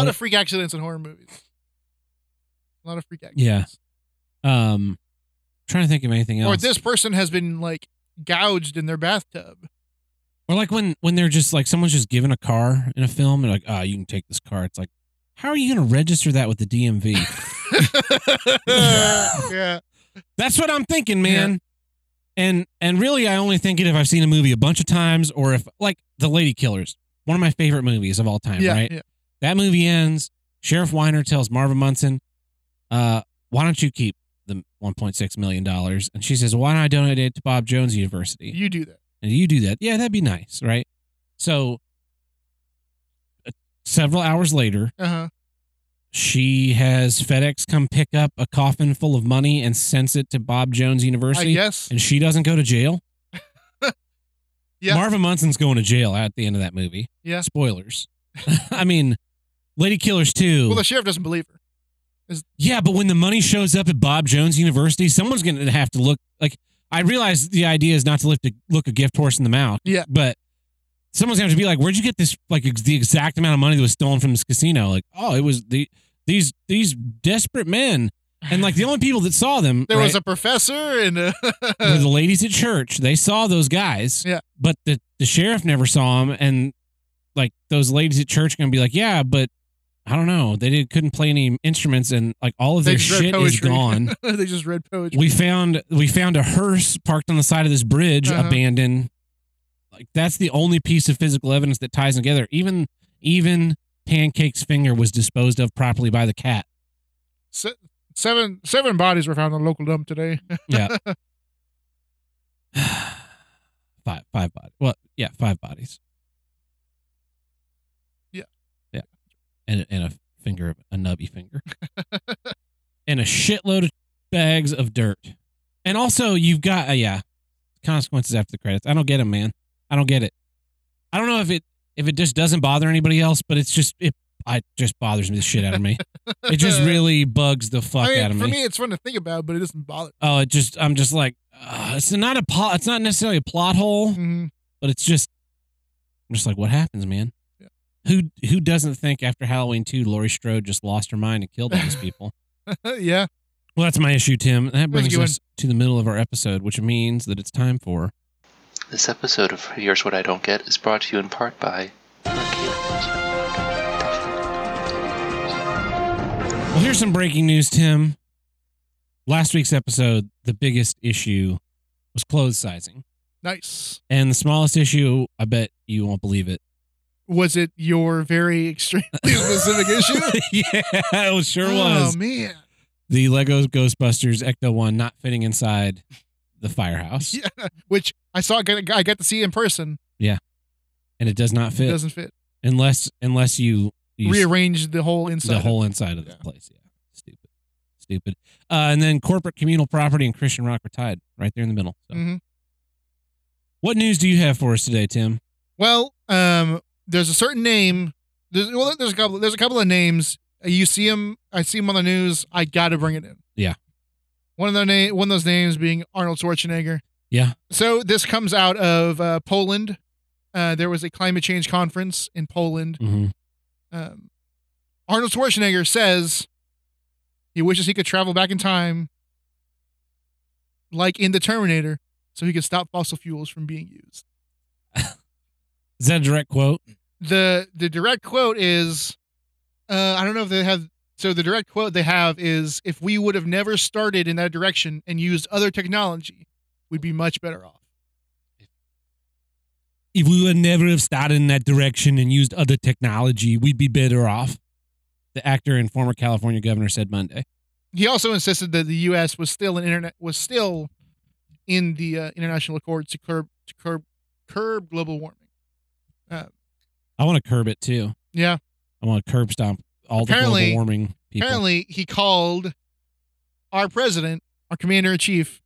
Speaker 1: What-
Speaker 2: of freak accidents in horror movies. A lot of freak accidents.
Speaker 1: Yeah. Um trying to think of anything else.
Speaker 2: Or this person has been like gouged in their bathtub.
Speaker 1: Or like when when they're just like someone's just given a car in a film and like, ah, you can take this car. It's like, how are you going to register that with the DMV?
Speaker 2: yeah.
Speaker 1: That's what I'm thinking, man. And and really, I only think it if I've seen a movie a bunch of times or if like The Lady Killers, one of my favorite movies of all time.
Speaker 2: Yeah.
Speaker 1: right?
Speaker 2: yeah.
Speaker 1: That movie ends. Sheriff Weiner tells Marvin Munson, uh, "Why don't you keep the 1.6 million dollars?" And she says, "Why don't I donate it to Bob Jones University?"
Speaker 2: You do that.
Speaker 1: and you do that, yeah, that'd be nice, right? So, uh, several hours later,
Speaker 2: Uh huh.
Speaker 1: she has FedEx come pick up a coffin full of money and sends it to Bob Jones
Speaker 2: I
Speaker 1: University,
Speaker 2: guess.
Speaker 1: and she doesn't go to jail.
Speaker 2: Yeah.
Speaker 1: Marvin Munson's going to jail at the end of that movie.
Speaker 2: Yeah.
Speaker 1: spoilers. I mean, Lady Killers too.
Speaker 2: Well, the sheriff doesn't believe her.
Speaker 1: Yeah, but when the money shows up at Bob Jones University, someone's going to have to look like I realize the idea is not to lift a, look a gift horse in the mouth.
Speaker 2: Yeah.
Speaker 1: But someone's going to have to be like, "Where'd you get this like ex- the exact amount of money that was stolen from this casino?" Like, "Oh, it was the these these desperate men." And like the only people that saw them
Speaker 2: There
Speaker 1: right,
Speaker 2: was a professor and uh, a
Speaker 1: were the ladies at church. They saw those guys.
Speaker 2: Yeah.
Speaker 1: But the the sheriff never saw them and like those ladies at church going to be like, "Yeah, but I don't know. They did, couldn't play any instruments, and like all of
Speaker 2: They
Speaker 1: their
Speaker 2: just
Speaker 1: shit
Speaker 2: read
Speaker 1: is
Speaker 2: poetry.
Speaker 1: gone.
Speaker 2: they just read poetry.
Speaker 1: we found we found a hearse parked on the side of this bridge
Speaker 2: Uh-huh.
Speaker 1: abandoned like that's the only piece of physical evidence that ties them together even even pancake's finger was disposed of properly by the cat
Speaker 2: Se- seven seven bodies were found on a local dump today.
Speaker 1: yeah five five bodies well yeah five bodies
Speaker 2: Yeah.
Speaker 1: yeah and, and a finger of a nubby finger and a shitload of bags of dirt and also you've got uh, yeah consequences after the credits i don't get them man i don't get it i don't know if it if it just doesn't bother anybody else but it's just it I just bothers me the shit out of me. It just really bugs the fuck
Speaker 2: I mean,
Speaker 1: out of
Speaker 2: for
Speaker 1: me.
Speaker 2: me, it's fun to think about, but it doesn't bother.
Speaker 1: Oh, it just I'm just like uh, it's not a plot. It's not necessarily a plot hole,
Speaker 2: Mhm.
Speaker 1: but it's just I'm just like what happens, man.
Speaker 2: Yeah.
Speaker 1: Who who doesn't think after Halloween two, Laurie Strode just lost her mind and killed all these people?
Speaker 2: Mm-hmm. yeah,
Speaker 1: well, that's my issue, Tim. That brings
Speaker 2: good one.
Speaker 1: us to the middle of our episode, which means that it's time for
Speaker 4: This episode of Here's What I Don't Get is brought to you in part by.
Speaker 1: Well, here's some breaking news, Tim. Last week's episode, the biggest issue was clothes sizing,
Speaker 2: nice.
Speaker 1: and the smallest issue, I bet you won't believe it.
Speaker 2: Was it your very extremely specific issue?
Speaker 1: yeah, it sure was.
Speaker 2: Oh man,
Speaker 1: the Lego Ghostbusters Ecto One not fitting inside the firehouse,
Speaker 2: Yeah. which I saw. I got, I got to see in person.
Speaker 1: and it does not
Speaker 2: It
Speaker 1: fit
Speaker 2: doesn't fit.
Speaker 1: unless unless you, you
Speaker 2: Rearranged the whole
Speaker 1: s-
Speaker 2: inside.
Speaker 1: the whole inside of the
Speaker 2: Yeah.
Speaker 1: place. Yeah, stupid, stupid. Uh, and then corporate communal property and Christian Rock were tied right there in the middle. So.
Speaker 2: Mhm.
Speaker 1: What news do you have for us today, Tim?
Speaker 2: Well, um, there's a certain name. There's well, there's a couple. There's a couple of names. Uh, You see him. I see him on the news. I got to bring it in.
Speaker 1: Yeah.
Speaker 2: One of the name. One of those names being Arnold Schwarzenegger.
Speaker 1: Yeah.
Speaker 2: So this comes out of uh, Poland. Uh, there was a climate change conference in Poland.
Speaker 1: Mm-hmm.
Speaker 2: Um, Arnold Schwarzenegger says he wishes he could travel back in time, like in the Terminator, so he could stop fossil fuels from being used.
Speaker 1: Is that a direct quote?
Speaker 2: the the direct quote is uh i don't know if they have so the direct quote they have is if we would have never started in that direction and used other technology we'd be much better off
Speaker 1: If we would never have started in that direction and used other technology, we'd be better off. The actor and former California governor said Monday.
Speaker 2: he also insisted that the us was still an internet was still in the uh, international accords to curb to curb curb global warming
Speaker 1: I want to curb it too.
Speaker 2: yeah
Speaker 1: I want to curb stomp all the
Speaker 2: Apparently-
Speaker 1: global warming people.
Speaker 2: Apparently, he called our president, our commander in chief.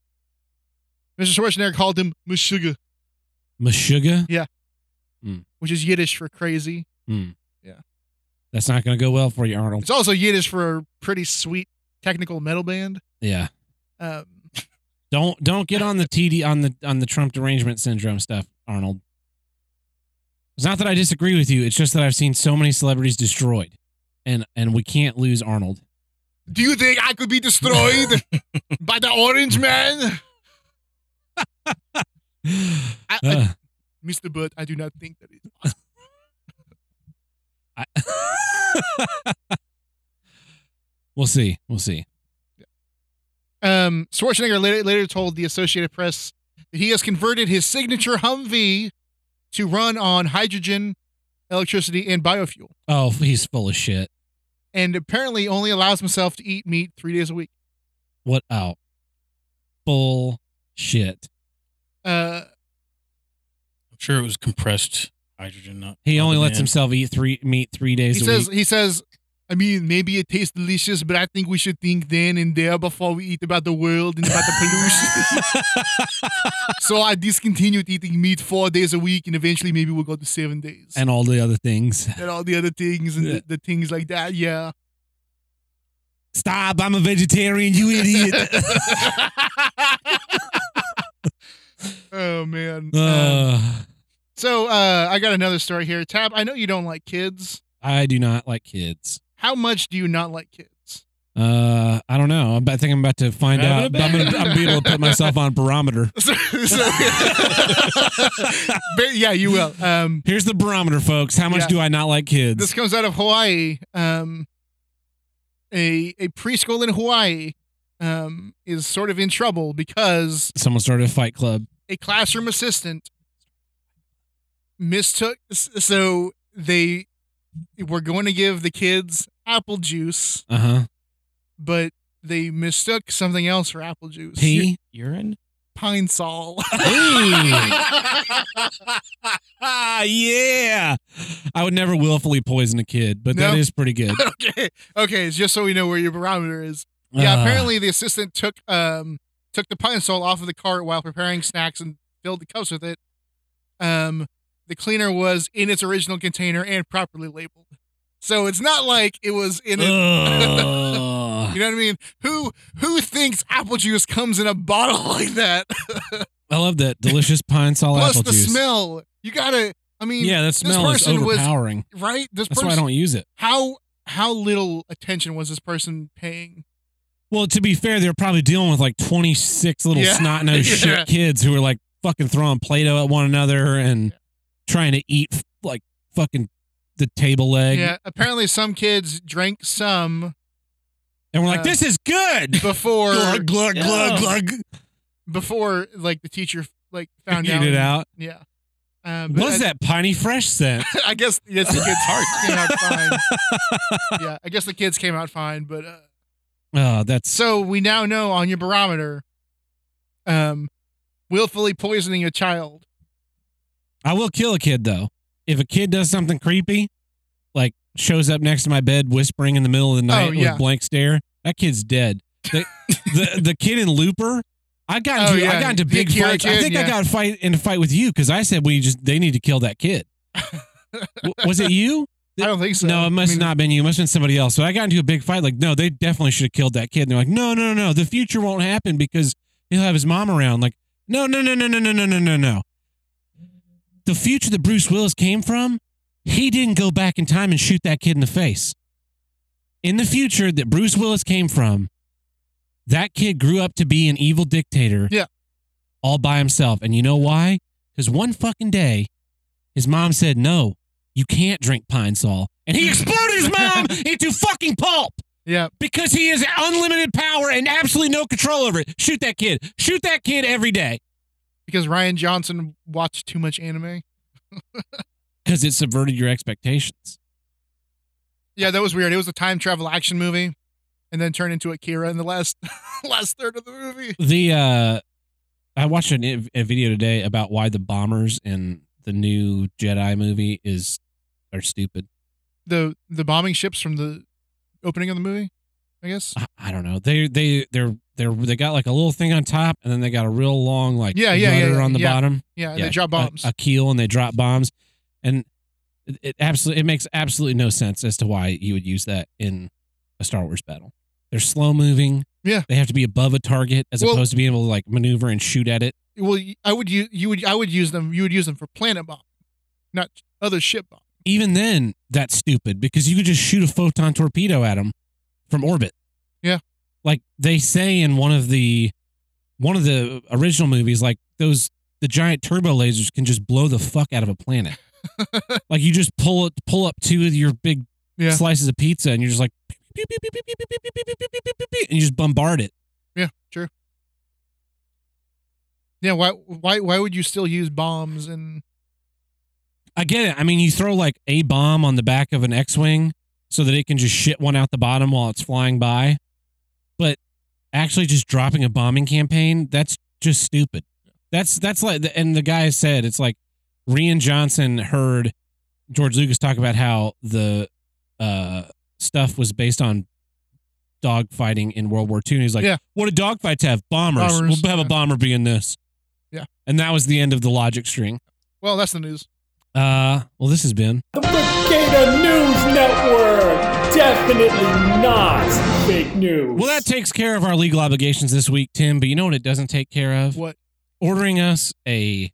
Speaker 2: Mr. Schwarzenegger called him Meshuggah,
Speaker 1: Meshuggah?
Speaker 2: which is Yiddish for crazy.
Speaker 1: That's not going to go well for you, Arnold.
Speaker 2: It's also Yiddish for a pretty sweet technical metal band.
Speaker 1: Yeah.
Speaker 2: Um,
Speaker 1: Don't don't get on the TD on the on the Trump derangement syndrome stuff, Arnold. It's not that I disagree with you. It's just that I've seen so many celebrities destroyed, and and we can't lose Arnold.
Speaker 2: Do you think I could be destroyed by the Orange Man? I- I-
Speaker 1: Ugh.
Speaker 2: Mr. Butt, I do not think that
Speaker 1: I-
Speaker 2: is.
Speaker 1: we'll see. We'll see.
Speaker 2: Um, Schwarzenegger later, later told the Associated Press that he has converted his signature Humvee to run on hydrogen, electricity, and biofuel,
Speaker 1: Oh, he's full of shit.
Speaker 2: and apparently only allows himself to eat meat three days a week.
Speaker 1: What out? Bull shit.
Speaker 2: Uh,
Speaker 3: I'm sure it was compressed hydrogen. Not
Speaker 1: He
Speaker 3: not
Speaker 1: only
Speaker 3: the
Speaker 1: lets
Speaker 3: man.
Speaker 1: himself eat three meat three
Speaker 2: he
Speaker 1: days a
Speaker 2: says,
Speaker 1: week.
Speaker 2: he says, I mean, maybe it tastes delicious, but I think we should think then and there before we eat about the world and about the pollution. so I discontinued eating meat four days a week, and eventually maybe we'll go to seven days
Speaker 1: and all the other things.
Speaker 2: and all the other things and
Speaker 1: Yeah.
Speaker 2: the, the things like that. Yeah.
Speaker 1: Stop! I'm a vegetarian. You idiot.
Speaker 2: oh man. Uh,
Speaker 1: Ugh.
Speaker 2: so uh, I got another story here. Tab, I know you don't like kids.
Speaker 1: I do not like kids.
Speaker 2: How much do you not like kids?
Speaker 1: Uh, I don't know. I'm- I think I'm about to find
Speaker 3: Having
Speaker 1: out.
Speaker 3: a
Speaker 1: but I'm gonna,
Speaker 3: baby.
Speaker 1: I'm gonna be able to put myself on barometer.
Speaker 2: So- so- Ba- yeah, you will. Um,
Speaker 1: Here's the barometer, folks. How much
Speaker 2: Yeah.
Speaker 1: do I not like kids?
Speaker 2: This comes out of Hawaii. Um, a a preschool in Hawaii um, is sort of in trouble because
Speaker 1: Someone started a fight club.
Speaker 2: a classroom assistant mistook. s- So they were going to give the kids apple juice,
Speaker 1: Uh huh.
Speaker 2: but they mistook something else for apple juice.
Speaker 1: Pee.
Speaker 3: urine.
Speaker 2: Pine Sol.
Speaker 1: Ah, yeah. I would never willfully poison a kid, but that
Speaker 2: No.
Speaker 1: is pretty good.
Speaker 2: okay, okay. It's just so we know where your barometer is. Yeah,
Speaker 1: Ah.
Speaker 2: apparently the assistant took um took the pine sol off of the cart while preparing snacks and filled the cups with it. Um, the cleaner was in its original container and properly labeled, so it's not like it was in
Speaker 1: Uh.
Speaker 2: a.
Speaker 1: Ugh.
Speaker 2: You know what I mean? Who who thinks apple juice comes in a bottle like that?
Speaker 1: I love that delicious pine sol
Speaker 2: Plus
Speaker 1: apple
Speaker 2: the
Speaker 1: juice.
Speaker 2: smell. You gotta. I mean,
Speaker 1: yeah, that smell is
Speaker 2: person was-
Speaker 1: overpowering.
Speaker 2: right? This
Speaker 1: That's
Speaker 2: person.
Speaker 1: why I don't use it.
Speaker 2: how how little attention was this person paying?
Speaker 1: Well, to be fair, they're probably dealing with like 26 little
Speaker 2: Yeah.
Speaker 1: snot nosed
Speaker 2: Yeah.
Speaker 1: shit kids who are like fucking throwing Play Doh at one another and trying to eat f- like fucking the table leg.
Speaker 2: Yeah. Apparently, some kids drank some
Speaker 1: And we're like,
Speaker 2: Uh,
Speaker 1: this is good.
Speaker 2: before
Speaker 1: glug, glug, glug,
Speaker 3: Yeah.
Speaker 1: glug.
Speaker 2: before like the teacher like found
Speaker 1: Eat
Speaker 2: out.
Speaker 1: it out.
Speaker 2: Yeah. Um,
Speaker 1: What
Speaker 2: but
Speaker 1: is
Speaker 2: I,
Speaker 1: that piney fresh scent?
Speaker 2: I guess yes, the kids came out fine. yeah, I guess the kids came out fine, but uh,
Speaker 1: Oh, that's
Speaker 2: so we now know on your barometer, um, willfully poisoning a child.
Speaker 1: I will kill a kid though. If a kid does something creepy, like shows up next to my bed whispering in the middle of the night
Speaker 2: Oh, yeah.
Speaker 1: with blank stare, that kid's dead. The the, the kid in Looper, I got
Speaker 2: Oh,
Speaker 1: into I
Speaker 2: yeah.
Speaker 1: got into
Speaker 2: The
Speaker 1: big
Speaker 2: Akira
Speaker 1: fights. I
Speaker 2: kid,
Speaker 1: think I
Speaker 2: yeah.
Speaker 1: got a fight in a fight with you because I said we just they need to kill that kid. W- was it you?
Speaker 2: I don't think so.
Speaker 1: No, it must
Speaker 2: I mean,
Speaker 1: not have been you. It must have been somebody else. So I got into a big fight. Like, no, they definitely should have killed that kid. And they're like, no, no, no, no. The future won't happen because he'll have his mom around. Like, no, no, no, no, no, no, no, no, no, no. The future that Bruce Willis came from, he didn't go back in time and shoot that kid in the face. In the future that Bruce Willis came from, that kid grew up to be an evil dictator.
Speaker 2: Yeah.
Speaker 1: All by himself. And you know why? Because one fucking day, his mom said, no, you can't drink Pine Sol. And he exploded his mom into fucking pulp
Speaker 2: Yeah,
Speaker 1: because he has unlimited power and absolutely no control over it. Shoot that kid. Shoot that kid every day
Speaker 2: because Ryan Johnson watched too much anime.
Speaker 1: because it subverted your expectations.
Speaker 2: Yeah, that was weird. It was a time travel action movie, and then turned into Akira in the last last third of the movie.
Speaker 1: The uh I watched an, a video today about why the bombers in the new Jedi movie is are stupid.
Speaker 2: The the bombing ships from the opening of the movie, I guess.
Speaker 1: I, I don't know. They they they're they're they got like a little thing on top, and then they got a real long like
Speaker 2: Yeah, yeah, yeah,
Speaker 1: rudder
Speaker 2: yeah,
Speaker 1: on the
Speaker 2: yeah.
Speaker 1: bottom.
Speaker 2: Yeah,
Speaker 1: Yeah,
Speaker 2: they drop
Speaker 1: a-
Speaker 2: bombs.
Speaker 1: A, keel, and they drop bombs, and it, it absolutely it makes absolutely no sense as to why you would use that in a Star Wars battle. They're slow moving.
Speaker 2: Yeah.
Speaker 1: they have to be above a target as
Speaker 2: Well-
Speaker 1: opposed to being able to like maneuver and shoot at it.
Speaker 2: well, y- I would use you would I would use them. You would use them for planet bomb, not other ship bomb.
Speaker 1: Even then, that's stupid because you could just shoot a photon torpedo at them from orbit.
Speaker 2: Yeah.
Speaker 1: like they say in one of the one of the original movies, like those the giant turbo lasers can just blow the fuck out of a planet. like you just pull it pull up two of your big
Speaker 2: Yeah.
Speaker 1: slices of pizza and you're just like "Pew, pew, pew, pew, pew, pew, pew, pew, pew, pew, pew, pew, pew," and you just bombard it.
Speaker 2: Yeah, true. Yeah, why why why would you still use bombs and
Speaker 1: I get it. I mean, you throw like a bomb on the back of an X-wing so that it can just shit one out the bottom while it's flying by, but actually just dropping a bombing campaign that's just stupid. That's that's like, and the guy said it's like Rian Johnson heard George Lucas talk about how the uh, stuff was based on dog fighting in World War II, and he's like,
Speaker 2: Yeah.
Speaker 1: "What do dog fights have? Bombers.
Speaker 2: Bombers,
Speaker 1: We'll have
Speaker 2: yeah.
Speaker 1: a bomber be in this."
Speaker 2: Yeah.
Speaker 1: and that was the end of the logic string.
Speaker 2: well, that's the news.
Speaker 1: Uh, well, this has been.
Speaker 5: The Brigada News Network! Definitely not fake news.
Speaker 1: Well, that takes care of our legal obligations this week, Tim. But you know what it doesn't take care of?
Speaker 2: What?
Speaker 1: Ordering us a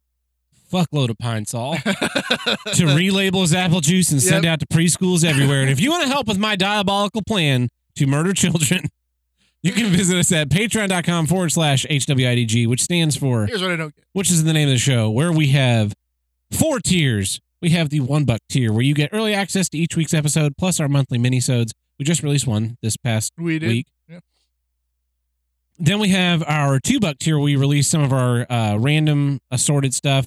Speaker 1: fuckload of Pine Sol to relabel as apple juice and send out to preschools everywhere. And if you want to help with my diabolical plan to murder children, you can visit us at patreon.com forward slash HWIDG, which stands for
Speaker 2: Here's what I don't get.
Speaker 1: which is the name of the show, where we have four tiers. We have the one buck tier, where you get early access to each week's episode, plus our monthly minisodes. We just released one this past
Speaker 2: We did.
Speaker 1: week.
Speaker 2: Yeah.
Speaker 1: Then we have our two buck tier. We release some of our uh, random assorted stuff.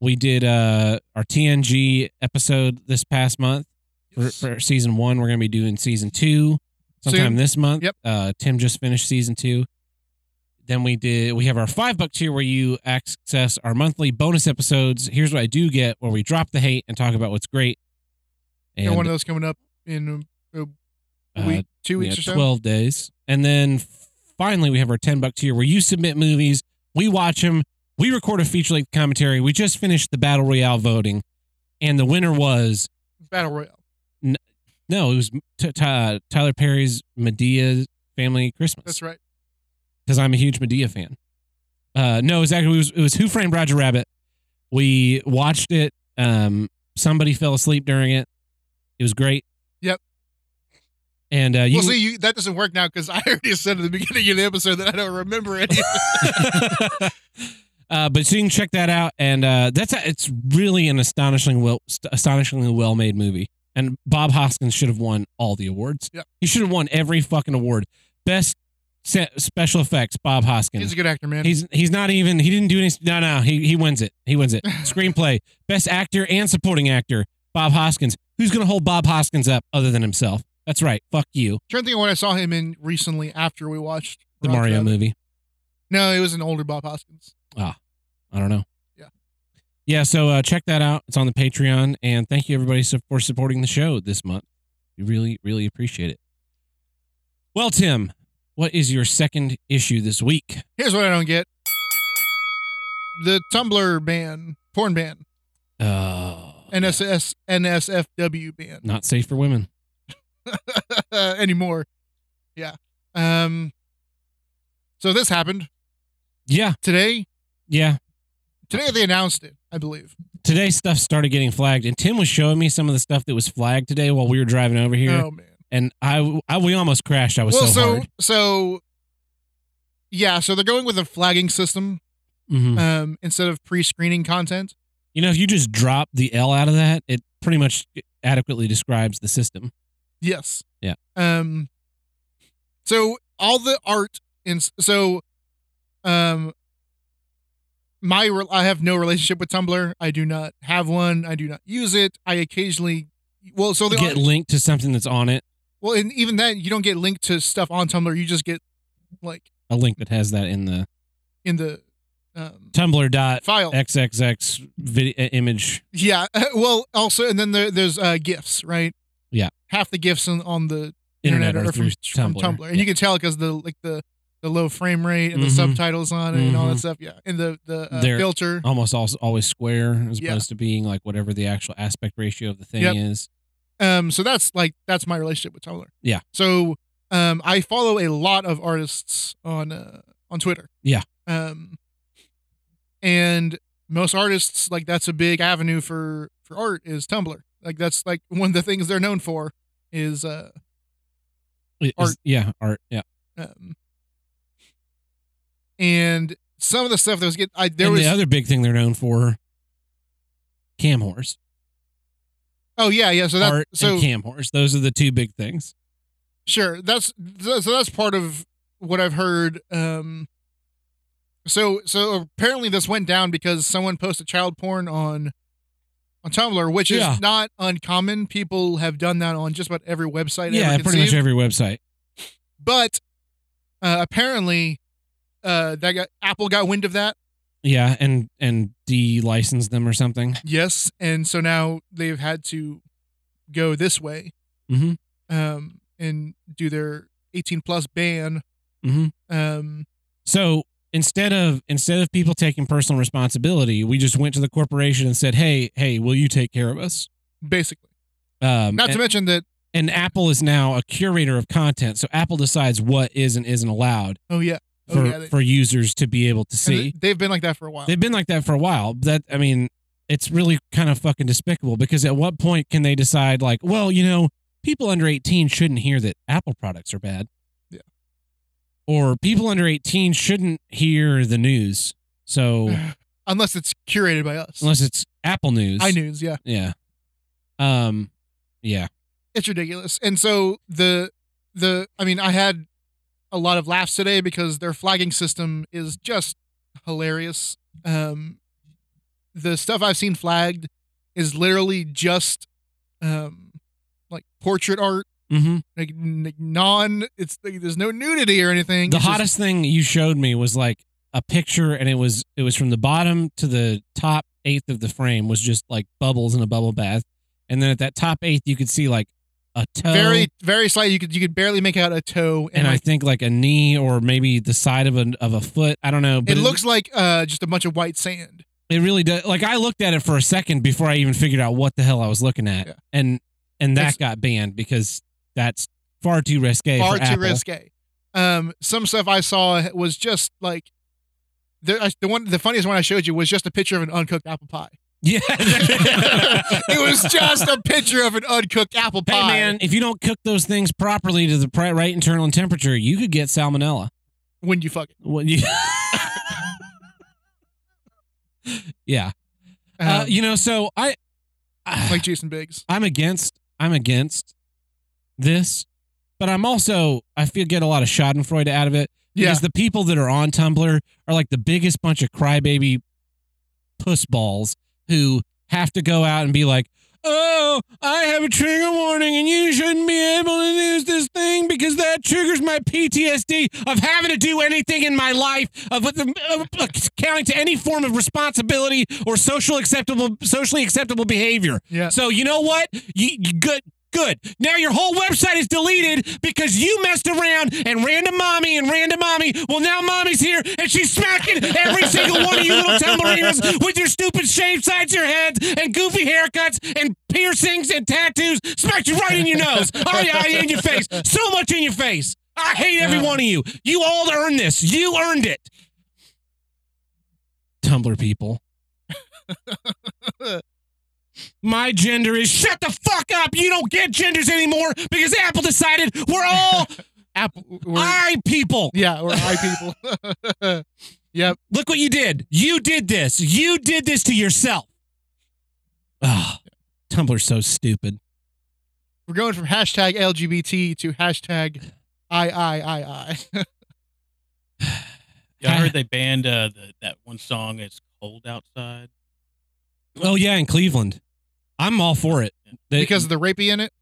Speaker 1: We did uh, our TNG episode this past month for, for season one. We're going to be doing season two sometime
Speaker 2: Soon.
Speaker 1: this month.
Speaker 2: Yep.
Speaker 1: Uh, Tim just finished season two. Then we did. We have our five buck tier where you access our monthly bonus episodes. Here's what I do get, where we drop the hate and talk about what's great.
Speaker 2: Got one of those coming up in a, a
Speaker 1: uh,
Speaker 2: week, two
Speaker 1: yeah,
Speaker 2: weeks or so.
Speaker 1: 12 days. And then f- finally, we have our 10 buck tier where you submit movies, we watch them, we record a feature length commentary. We just finished the Battle Royale voting, and the winner was
Speaker 2: Battle Royale.
Speaker 1: no, it was t- Ty- Tyler Perry's Medea Family Christmas.
Speaker 2: That's right.
Speaker 1: Because I'm a huge Medea fan. Uh, no, exactly. It was, it was Who Framed Roger Rabbit. We watched it. Um, somebody fell asleep during it. It was great.
Speaker 2: Yep.
Speaker 1: And uh, you,
Speaker 2: well, see, you, that doesn't work now because I already said at the beginning of the episode that I don't remember any. of it.
Speaker 1: uh, but so you can check that out, and uh, that's a, it's really an astonishingly well st- astonishingly well made movie. And Bob Hoskins should have won all the awards.
Speaker 2: Yep.
Speaker 1: He should have won every fucking award. Best se- special effects, Bob
Speaker 2: He's
Speaker 1: Hoskins.
Speaker 2: a good actor, man.
Speaker 1: He's he's not even he didn't do any no no he he wins it he wins it screenplay best actor and supporting actor Bob Hoskins who's gonna hold Bob Hoskins up other than himself that's right fuck you
Speaker 2: trying to think of what I saw him in recently after we watched
Speaker 1: the
Speaker 2: Roger
Speaker 1: Mario
Speaker 2: Rabbit.
Speaker 1: movie
Speaker 2: No, it was an older Bob Hoskins.
Speaker 1: I don't know.
Speaker 2: Yeah.
Speaker 1: Yeah. So uh, check that out. It's on the Patreon. And thank you, everybody, so- for supporting the show this month. We really, really appreciate it. Well, Tim, what is your second issue this week?
Speaker 2: Here's what I don't get: the Tumblr ban, porn ban,
Speaker 1: Uh,
Speaker 2: NSS, NSFW ban.
Speaker 1: Not safe for women.
Speaker 2: uh, anymore. Yeah. Um. So this happened
Speaker 1: Yeah.
Speaker 2: today.
Speaker 1: Yeah.
Speaker 2: Today they announced it, I believe.
Speaker 1: Today, stuff started getting flagged. And Tim was showing me some of the stuff that was flagged today while we were driving over here.
Speaker 2: Oh man.
Speaker 1: And I, I, we almost crashed. I was
Speaker 2: well,
Speaker 1: so,
Speaker 2: so
Speaker 1: hard.
Speaker 2: so. Yeah, so they're going with a flagging system
Speaker 1: Mhm.
Speaker 2: um, instead of pre-screening content.
Speaker 1: You know, if you just drop the L out of that, it pretty much adequately describes the system.
Speaker 2: Yes.
Speaker 1: Yeah.
Speaker 2: Um. So all the art and s- so, um. My re- I have no relationship with Tumblr. I do not have one. I do not use it. I occasionally, well, so the
Speaker 1: Get
Speaker 2: art-
Speaker 1: linked to something that's on it.
Speaker 2: well, and even that you don't get linked to stuff on Tumblr. You just get like
Speaker 1: a link that has that in the
Speaker 2: in the um,
Speaker 1: Tumblr dot
Speaker 2: file.
Speaker 1: xxx vid- uh, image.
Speaker 2: Yeah. Well, also, and then there, there's uh, gifts, right?
Speaker 1: Yeah.
Speaker 2: Half the gifts on, on the
Speaker 1: internet, or, through
Speaker 2: from
Speaker 1: Tumblr.
Speaker 2: Tumblr. And you can tell because the like the the low frame rate and
Speaker 1: Mhm.
Speaker 2: the subtitles on it and all
Speaker 1: Mhm.
Speaker 2: that stuff. Yeah, and the the uh,
Speaker 1: They're-
Speaker 2: filter.
Speaker 1: almost also always square as
Speaker 2: Yeah.
Speaker 1: opposed to being like whatever the actual aspect ratio of the thing
Speaker 2: Yep.
Speaker 1: is.
Speaker 2: Um, so that's like that's my relationship with Tumblr.
Speaker 1: Yeah.
Speaker 2: So, um, I follow a lot of artists on uh on Twitter.
Speaker 1: Yeah.
Speaker 2: Um, and most artists like that's a big avenue for for art is Tumblr. Like that's like one of the things they're known for is uh
Speaker 1: It is-
Speaker 2: Art.
Speaker 1: yeah, art. Yeah.
Speaker 2: um and some of the stuff that was get I there
Speaker 1: and
Speaker 2: was
Speaker 1: the other big thing they're known for cam horse.
Speaker 2: oh yeah yeah so that
Speaker 1: art
Speaker 2: so
Speaker 1: and cam horse. Those are the two big things.
Speaker 2: Sure. That's so so that's part of what I've heard. Um so so apparently this went down because someone posted child porn on on Tumblr, which
Speaker 1: Yeah.
Speaker 2: is not uncommon. People have done that on just about every website
Speaker 1: yeah,
Speaker 2: ever
Speaker 1: pretty
Speaker 2: conceived.
Speaker 1: much every website.
Speaker 2: But uh, apparently uh that got Apple got wind of that.
Speaker 1: Yeah, and and de-license them or something.
Speaker 2: Yes. And so now they've had to go this way
Speaker 1: hmm
Speaker 2: um and do their 18 plus ban.
Speaker 1: hmm
Speaker 2: Um
Speaker 1: So instead of instead of people taking personal responsibility, we just went to the corporation and said, "Hey, hey, will you take care of us?"
Speaker 2: basically.
Speaker 1: Um,
Speaker 2: Not
Speaker 1: and,
Speaker 2: to mention that
Speaker 1: and Apple is now a curator of content, so Apple decides what is and isn't allowed
Speaker 2: oh yeah. Oh,
Speaker 1: for
Speaker 2: yeah, they-
Speaker 1: for users to be able to
Speaker 2: And
Speaker 1: see.
Speaker 2: th- they've been like that for a while.
Speaker 1: They've been like that for a while. That I mean, it's really kind of fucking despicable because at what point can they decide like, well, you know, people under 18 shouldn't hear that Apple products are bad.
Speaker 2: Yeah.
Speaker 1: Or people under 18 shouldn't hear the news. So
Speaker 2: Unless it's curated by us.
Speaker 1: unless it's Apple news.
Speaker 2: I news, yeah.
Speaker 1: Yeah. Um yeah.
Speaker 2: It's ridiculous. And so the the I mean, I had a lot of laughs today because their flagging system is just hilarious. Um the stuff I've seen flagged is literally just um like portrait art,
Speaker 1: Mhm.
Speaker 2: like n- non it's like, there's no nudity or anything.
Speaker 1: The
Speaker 2: It's just-
Speaker 1: hottest thing you showed me was like a picture and it was it was from the bottom to the top eighth of the frame was just like bubbles in a bubble bath. And then at that top eighth you could see like a toe
Speaker 2: very very slight you could you could barely make out a toe
Speaker 1: and I
Speaker 2: like,
Speaker 1: think like a knee or maybe the side of a of a foot. I don't know. But
Speaker 2: it looks like uh just a bunch of white sand.
Speaker 1: it really does like I looked at it for a second before I even figured out what the hell I was looking at.
Speaker 2: Yeah.
Speaker 1: And and that
Speaker 2: It's-
Speaker 1: got banned because that's far too risque.
Speaker 2: far
Speaker 1: for
Speaker 2: too
Speaker 1: Apple.
Speaker 2: risque. Um, some stuff I saw was just like there, I, the one. The funniest one I showed you was just a picture of an uncooked apple pie.
Speaker 1: Yeah.
Speaker 2: it was just a picture of an uncooked apple
Speaker 1: Hey
Speaker 2: pie.
Speaker 1: man, if you don't cook those things properly to the pri- right internal and temperature, you could get salmonella.
Speaker 2: When you fuck it.
Speaker 1: When you- yeah,
Speaker 2: Um,
Speaker 1: uh, you know. So I, uh, I-
Speaker 2: like Jason Biggs.
Speaker 1: I'm against I'm against this, but I'm also I feel get a lot of Schadenfreude out of it
Speaker 2: Yeah,
Speaker 1: because the people that are on Tumblr are like the biggest bunch of crybaby puss balls who have to go out and be like, "Oh, I have a trigger warning, and you shouldn't be able to use this thing because that triggers my PTSD of having to do anything in my life of, with the, of counting to any form of responsibility or social acceptable socially acceptable behavior."
Speaker 2: yeah.
Speaker 1: So you know what? You, you- good. Good. Now your whole website is deleted because you messed around and ran to mommy and ran to mommy. Well, now mommy's here and she's smacking every single one of you little tumblereers with your stupid shaved sides, of your heads, and goofy haircuts and piercings and tattoos. Smacked you right in your nose. Oh yeah, in your face. So much in your face. I hate every one of you. You all earned this. You earned it. Tumblr people. My gender is shut the fuck up. You don't get genders anymore because Apple decided we're all
Speaker 2: Apple. We're,
Speaker 1: I people.
Speaker 2: yeah, we're eye people. yep.
Speaker 1: Look what you did. You did this. You did this to yourself. Ah, Tumblr's so stupid.
Speaker 2: We're going from hashtag LGBT to hashtag I I I I.
Speaker 3: Yeah, I heard they banned uh, the, that one song. It's cold outside.
Speaker 1: Oh yeah, in Cleveland, I'm all for it They-
Speaker 2: because of the rapey in it.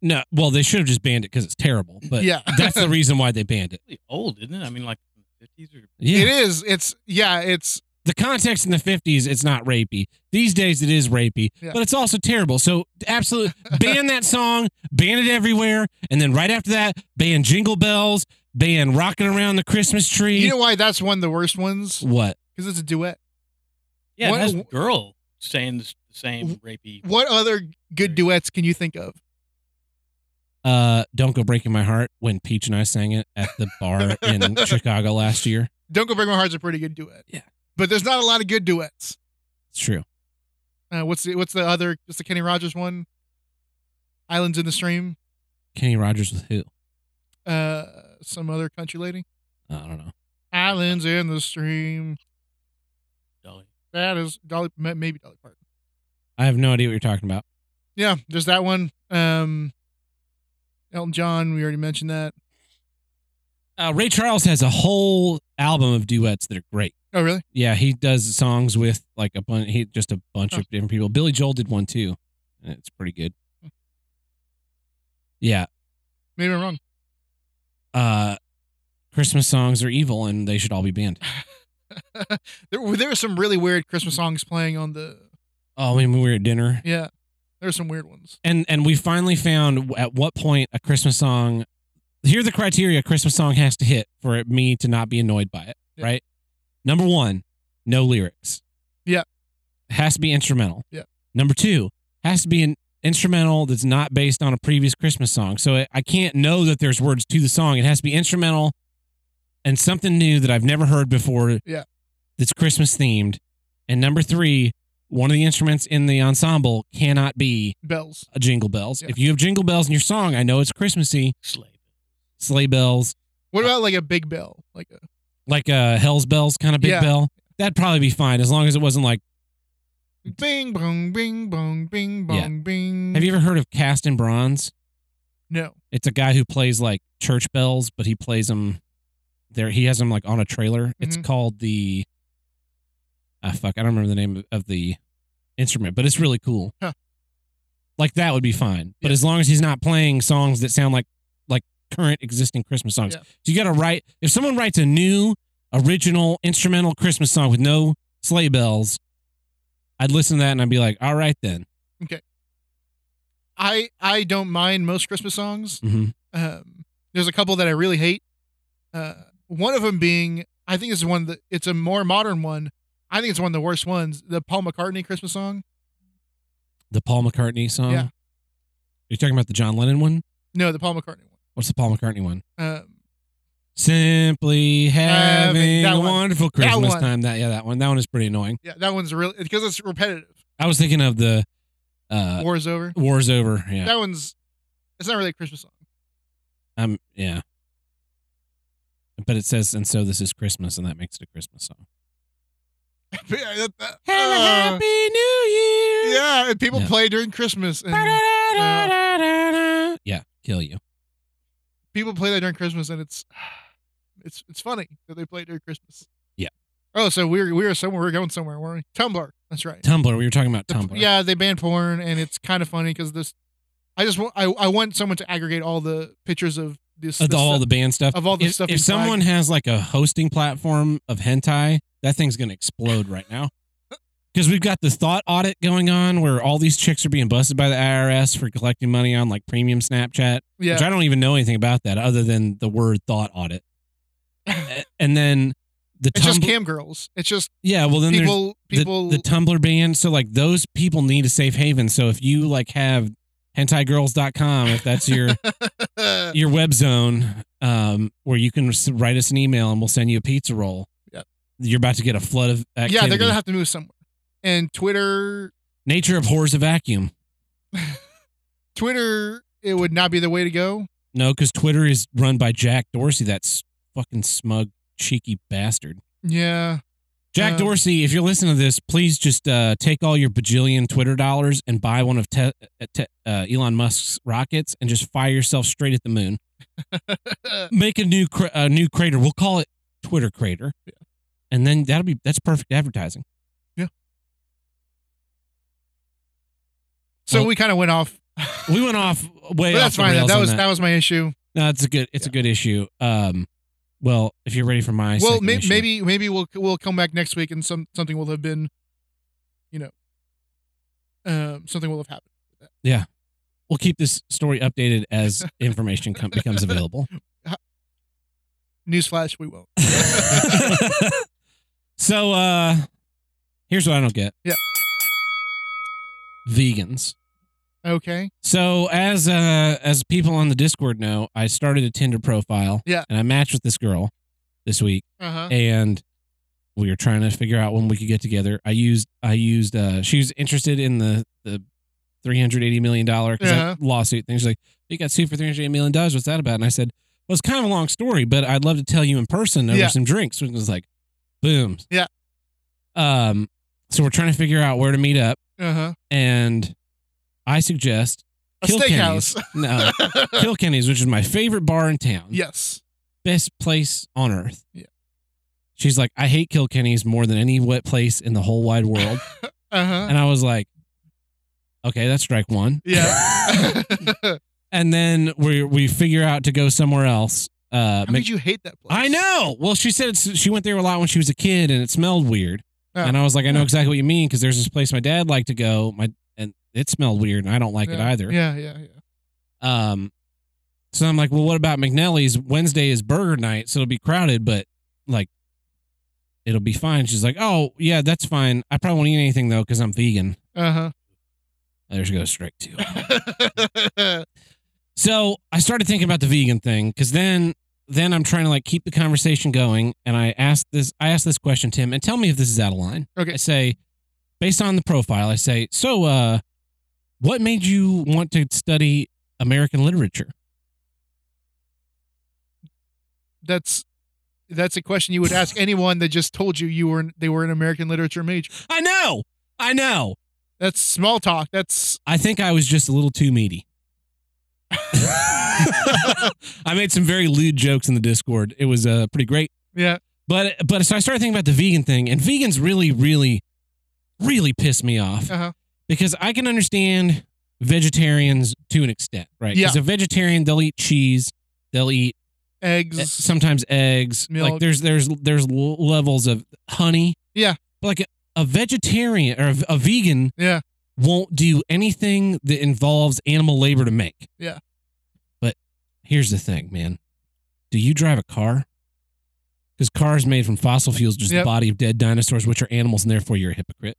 Speaker 1: no, well they should have just banned it because it's terrible. But
Speaker 2: yeah.
Speaker 1: that's the reason why they banned it.
Speaker 3: Really old, isn't it? I mean, like from the fifties or
Speaker 1: Yeah,
Speaker 2: It is. It's yeah. It's
Speaker 1: The context in the 50s, it's not rapey. These days, it is rapey,
Speaker 2: Yeah.
Speaker 1: but it's also terrible. So, absolutely ban that song, ban it everywhere. And then right after that, ban Jingle Bells, ban Rocking Around the Christmas Tree.
Speaker 2: You know why that's one of the worst ones?
Speaker 1: what?
Speaker 2: Because it's a duet.
Speaker 3: Yeah,
Speaker 2: What-
Speaker 3: it has a girl saying the s- the same rapey.
Speaker 2: What other good duets can you think of?
Speaker 1: Uh, Don't Go Breaking My Heart when Peach and I sang it at the bar in Chicago last year.
Speaker 2: Don't Go Break My Heart's a pretty good duet.
Speaker 1: Yeah.
Speaker 2: But there's not a lot of good duets.
Speaker 1: It's true.
Speaker 2: Uh, what's the what's the other? Just the Kenny Rogers one. Islands in the Stream.
Speaker 1: Kenny Rogers with who?
Speaker 2: Uh, some other country lady.
Speaker 1: I don't know.
Speaker 2: Islands in the Stream.
Speaker 3: Dolly.
Speaker 2: That is Dolly, ma- maybe Dolly Parton.
Speaker 1: I have no idea what you're talking about.
Speaker 2: Yeah, there's that one. Um, Elton John. We already mentioned that.
Speaker 1: Uh, Ray Charles has a whole album of duets that are great.
Speaker 2: Oh, really?
Speaker 1: Yeah, he does songs with like a bunch, he just a bunch
Speaker 2: Huh.
Speaker 1: of different people. Billy Joel did one too, and it's pretty good. Yeah,
Speaker 2: Maybe I'm wrong.
Speaker 1: uh, Christmas songs are evil and they should all be banned.
Speaker 2: There were there were some really weird Christmas
Speaker 1: Mm-hmm.
Speaker 2: songs playing on the.
Speaker 1: Oh, when we were at dinner,
Speaker 2: Yeah, there were some weird ones.
Speaker 1: and and we finally found at what point a Christmas song. Here are the criteria a Christmas song has to hit for it, me to not be annoyed by it.
Speaker 2: Yeah.
Speaker 1: Right. Number one, no lyrics.
Speaker 2: Yeah.
Speaker 1: Has to be instrumental.
Speaker 2: Yeah.
Speaker 1: Number two, has to be an instrumental that's not based on a previous Christmas song. So it, I can't know that there's words to the song. It has to be instrumental and something new that I've never heard before.
Speaker 2: Yeah.
Speaker 1: That's Christmas themed. And number three, one of the instruments in the ensemble cannot be
Speaker 2: Bells.
Speaker 1: a jingle bells.
Speaker 2: Yeah.
Speaker 1: If you have jingle bells in your song, I know it's Christmassy.
Speaker 3: Slave.
Speaker 1: Sleigh bells,
Speaker 2: What about like a big bell? Like a
Speaker 1: like a Hell's bells kind of big
Speaker 2: Yeah.
Speaker 1: bell. That'd probably be fine as long as it wasn't like.
Speaker 2: bing bong bing bong bing bong
Speaker 1: Yeah.
Speaker 2: bing.
Speaker 1: Have you ever heard of Cast in Bronze?
Speaker 2: No.
Speaker 1: It's a guy who plays like church bells, but he plays them there. He has them like on a trailer. It's
Speaker 2: Mhm.
Speaker 1: called the. Ah, fuck. I don't remember the name of, of the instrument, but it's really cool.
Speaker 2: Huh.
Speaker 1: Like that would be fine, but
Speaker 2: Yeah.
Speaker 1: as long as he's not playing songs that sound like like current existing Christmas songs.
Speaker 2: Yeah.
Speaker 1: So you got to write if someone writes a new original instrumental Christmas song with no sleigh bells, I'd listen to that and I'd be like, all right then.
Speaker 2: I I don't mind most Christmas songs.
Speaker 1: hmm
Speaker 2: Um, there's a couple that I really hate. Uh, one of them being I think this is one that it's a more modern one. I think it's one of the worst ones. The Paul McCartney Christmas song.
Speaker 1: The Paul McCartney song.
Speaker 2: Yeah.
Speaker 1: Are you talking about the John Lennon one?
Speaker 2: No, the Paul McCartney
Speaker 1: What's the Paul McCartney one?
Speaker 2: one. Um,
Speaker 1: Simply having
Speaker 2: that
Speaker 1: a
Speaker 2: one.
Speaker 1: wonderful
Speaker 2: That
Speaker 1: Christmas
Speaker 2: one.
Speaker 1: time. That yeah, that one. That one is pretty annoying.
Speaker 2: yeah, that one's really because it's repetitive.
Speaker 1: I was thinking of the uh,
Speaker 2: War is over.
Speaker 1: War's over. Yeah.
Speaker 2: That one's it's not really a Christmas song.
Speaker 1: Um, yeah. But it says, and so this is Christmas, and that makes it a Christmas song. Have a
Speaker 2: Uh,
Speaker 1: happy new year.
Speaker 2: yeah, and people
Speaker 1: Yeah.
Speaker 2: play during Christmas, and
Speaker 1: Yeah.
Speaker 2: and-
Speaker 1: kill you.
Speaker 2: people play that during Christmas, and it's it's it's funny that they play it during Christmas.
Speaker 1: Yeah.
Speaker 2: Oh, so we're we're somewhere we're going somewhere, weren't we? Tumblr. That's right.
Speaker 1: Tumblr. We were talking about
Speaker 2: The-
Speaker 1: Tumblr.
Speaker 2: Yeah, they banned porn, and it's kind of funny because this. I just want I, I want someone to aggregate all the pictures of this,
Speaker 1: Of
Speaker 2: this
Speaker 1: all
Speaker 2: stuff.
Speaker 1: the band stuff.
Speaker 2: of all the
Speaker 1: if,
Speaker 2: stuff
Speaker 1: If
Speaker 2: you flagged.
Speaker 1: someone has like a hosting platform of hentai, that thing's gonna explode right now. Because we've got the thought audit going on, where all these chicks are being busted by the IRS for collecting money on like premium Snapchat. which
Speaker 2: yeah
Speaker 1: I don't even know anything about that other than the word thought audit. A- and then the
Speaker 2: it's just
Speaker 1: Tumblr,
Speaker 2: cam girls. It's just
Speaker 1: yeah, well then there's
Speaker 2: people
Speaker 1: the-
Speaker 2: people
Speaker 1: the, Tumblr ban. So like those people need a safe haven. So if you like have hentaigirls.com, if that's your your web zone, um, where you can s- write us an email and we'll send you a pizza roll.
Speaker 2: Yep.
Speaker 1: You're about to get a flood of activity.
Speaker 2: yeah they're gonna have to move somewhere. And Twitter
Speaker 1: nature abhors a vacuum.
Speaker 2: Twitter it would not be the way to go.
Speaker 1: No, because Twitter is run by Jack Dorsey. That's fucking smug, cheeky bastard.
Speaker 2: Yeah.
Speaker 1: Jack
Speaker 2: Um,
Speaker 1: Dorsey, if you're listening to this, please just uh, take all your bajillion Twitter dollars and buy one of te- uh, te- uh, Elon Musk's rockets and just fire yourself straight at the moon. Make a new cr- a new crater. We'll call it Twitter crater, and then that'll be that's perfect advertising.
Speaker 2: So
Speaker 1: Well-
Speaker 2: we kind of went off.
Speaker 1: We went off way.
Speaker 2: But that's
Speaker 1: off the
Speaker 2: fine.
Speaker 1: rails
Speaker 2: That
Speaker 1: on
Speaker 2: was
Speaker 1: that.
Speaker 2: that was my issue.
Speaker 1: No, it's a good it's a good issue. Um, Well, if you're ready for my
Speaker 2: well,
Speaker 1: second
Speaker 2: may,
Speaker 1: issue.
Speaker 2: maybe maybe we'll we'll come back next week and some something will have been, you know, um, something will have happened.
Speaker 1: we'll keep this story updated as information com- becomes available.
Speaker 2: Newsflash, we won't.
Speaker 1: so uh here's what I don't get.
Speaker 2: Yeah.
Speaker 1: Vegans.
Speaker 2: Okay.
Speaker 1: So as uh as people on the Discord know, I started a Tinder profile.
Speaker 2: Yeah.
Speaker 1: And I matched with this girl this week
Speaker 2: Uh huh.
Speaker 1: and we were trying to figure out when we could get together. I used I used uh she was interested in the the 380 million dollar
Speaker 2: Uh-huh.
Speaker 1: lawsuit thing. She's like, "You got sued for 380 million dollars. What's that about?" And I said, "Well, it's kind of a long story, but I'd love to tell you in person over
Speaker 2: Yeah.
Speaker 1: some drinks." Which was like, "Boom."
Speaker 2: Yeah.
Speaker 1: Um so we're trying to figure out where to meet up
Speaker 2: Uh huh.
Speaker 1: and I suggest
Speaker 2: A
Speaker 1: Kilkenny's. no, Kilkenny's, which is my favorite bar in town
Speaker 2: yes.
Speaker 1: best place on earth.
Speaker 2: Yeah.
Speaker 1: She's like, I hate Kilkenny's more than any wet place in the whole wide world.
Speaker 2: Uh huh.
Speaker 1: and I was like, okay, that's strike one.
Speaker 2: Yeah.
Speaker 1: And then we we figure out to go somewhere else. Uh,
Speaker 2: How
Speaker 1: Mc-
Speaker 2: did you hate that place?
Speaker 1: I know. Well, she said it's, she went there a lot when she was a kid, and it smelled weird.
Speaker 2: Oh.
Speaker 1: And I was like, I know exactly what you mean because there's this place my dad liked to go. My and it smelled weird, and I don't like it
Speaker 2: yeah.
Speaker 1: either.
Speaker 2: Yeah, yeah, yeah.
Speaker 1: Um, so I'm like, well, what about McNelly's? Wednesday is burger night, so it'll be crowded, but like, it'll be fine. She's like, oh yeah, that's fine. I probably won't eat anything though because I'm vegan.
Speaker 2: Uh
Speaker 1: There she goes straight to.
Speaker 2: huh.
Speaker 1: So I started thinking about the vegan thing because then then I'm trying to like keep the conversation going, and I asked this I asked this question to him, and tell me if this is out of line.
Speaker 2: Okay.
Speaker 1: I say, based on the profile, I say, so uh, what made you want to study American literature?
Speaker 2: that's that's a question you would ask anyone that just told you you were they were an American literature major.
Speaker 1: I know, I know.
Speaker 2: That's small talk. That's
Speaker 1: I think I was just a little too meaty. I made some very lewd jokes in the Discord. It was uh, pretty great.
Speaker 2: yeah.
Speaker 1: But but so I started thinking about the vegan thing, and vegans really, really, really piss me off
Speaker 2: Uh-huh.
Speaker 1: because I can understand vegetarians to an extent, right?
Speaker 2: Yeah.
Speaker 1: Because a vegetarian, they'll eat cheese, they'll eat eh,
Speaker 2: Eggs.
Speaker 1: sometimes eggs.
Speaker 2: Milk.
Speaker 1: Like there's there's there's l- levels of honey.
Speaker 2: Yeah.
Speaker 1: But like a, a vegetarian or a, a vegan
Speaker 2: yeah.
Speaker 1: won't do anything that involves animal labor to make.
Speaker 2: Yeah.
Speaker 1: But here's the thing, man. Do you drive a car? Because cars made from fossil fuels, just
Speaker 2: Yep.
Speaker 1: the body of dead dinosaurs, which are animals, and therefore you're a hypocrite.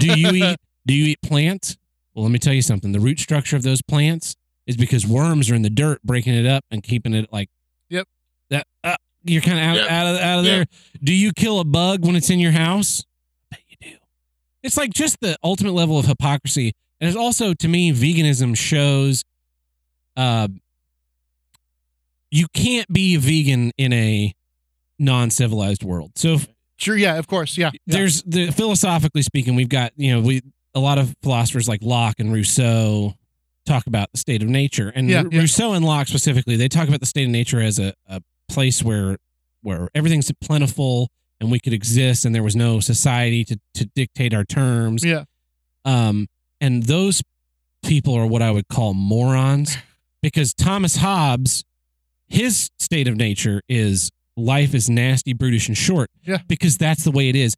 Speaker 1: Do you eat do you eat plants? Well, let me tell you something. The root structure of those plants is because worms are in the dirt, breaking it up and keeping it like
Speaker 2: Yep.
Speaker 1: That uh, you're kind of out,
Speaker 3: Yep.
Speaker 1: out of out of
Speaker 3: Yep.
Speaker 1: there. Do you kill a bug when it's in your house? I bet you do. It's like just the ultimate level of hypocrisy, and it's also to me veganism shows, uh, you can't be a vegan in a non-civilized world. So if,
Speaker 2: Sure. Yeah. Of course. Yeah. yeah.
Speaker 1: there's the philosophically speaking, we've got you know we a lot of philosophers like Locke and Rousseau talk about the state of nature, and
Speaker 2: Yeah,
Speaker 1: Ru-
Speaker 2: yeah.
Speaker 1: Rousseau and Locke specifically, they talk about the state of nature as a, a place where where everything's plentiful and we could exist, and there was no society to to dictate our terms.
Speaker 2: Yeah.
Speaker 1: Um, and those people are what I would call morons because Thomas Hobbes, his state of nature is life is nasty, brutish, and short.
Speaker 2: Yeah.
Speaker 1: Because that's the way it is.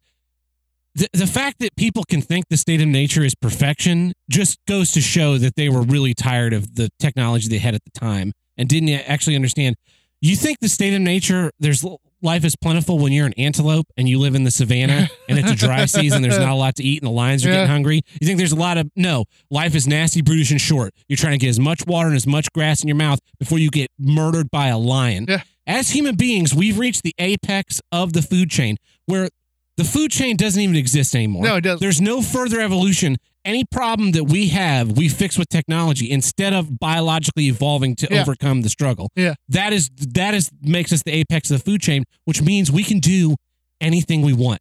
Speaker 1: The, the fact that people can think the state of nature is perfection just goes to show that they were really tired of the technology they had at the time and didn't actually understand. You think the state of nature, there's life is plentiful when you're an antelope and you live in the savannah and it's a dry season, there's not a lot to eat and the lions are
Speaker 2: Yeah.
Speaker 1: getting hungry. You think there's a lot of, no, life is nasty, brutish, and short. You're trying to get as much water and as much grass in your mouth before you get murdered by a lion.
Speaker 2: Yeah.
Speaker 1: As human beings, we've reached the apex of the food chain where the food chain doesn't even exist anymore.
Speaker 2: No, it doesn't.
Speaker 1: There's no further evolution. Any problem that we have, we fix with technology instead of biologically evolving to
Speaker 2: Yeah.
Speaker 1: overcome the struggle.
Speaker 2: Yeah.
Speaker 1: That is that is makes us the apex of the food chain, which means we can do anything we want.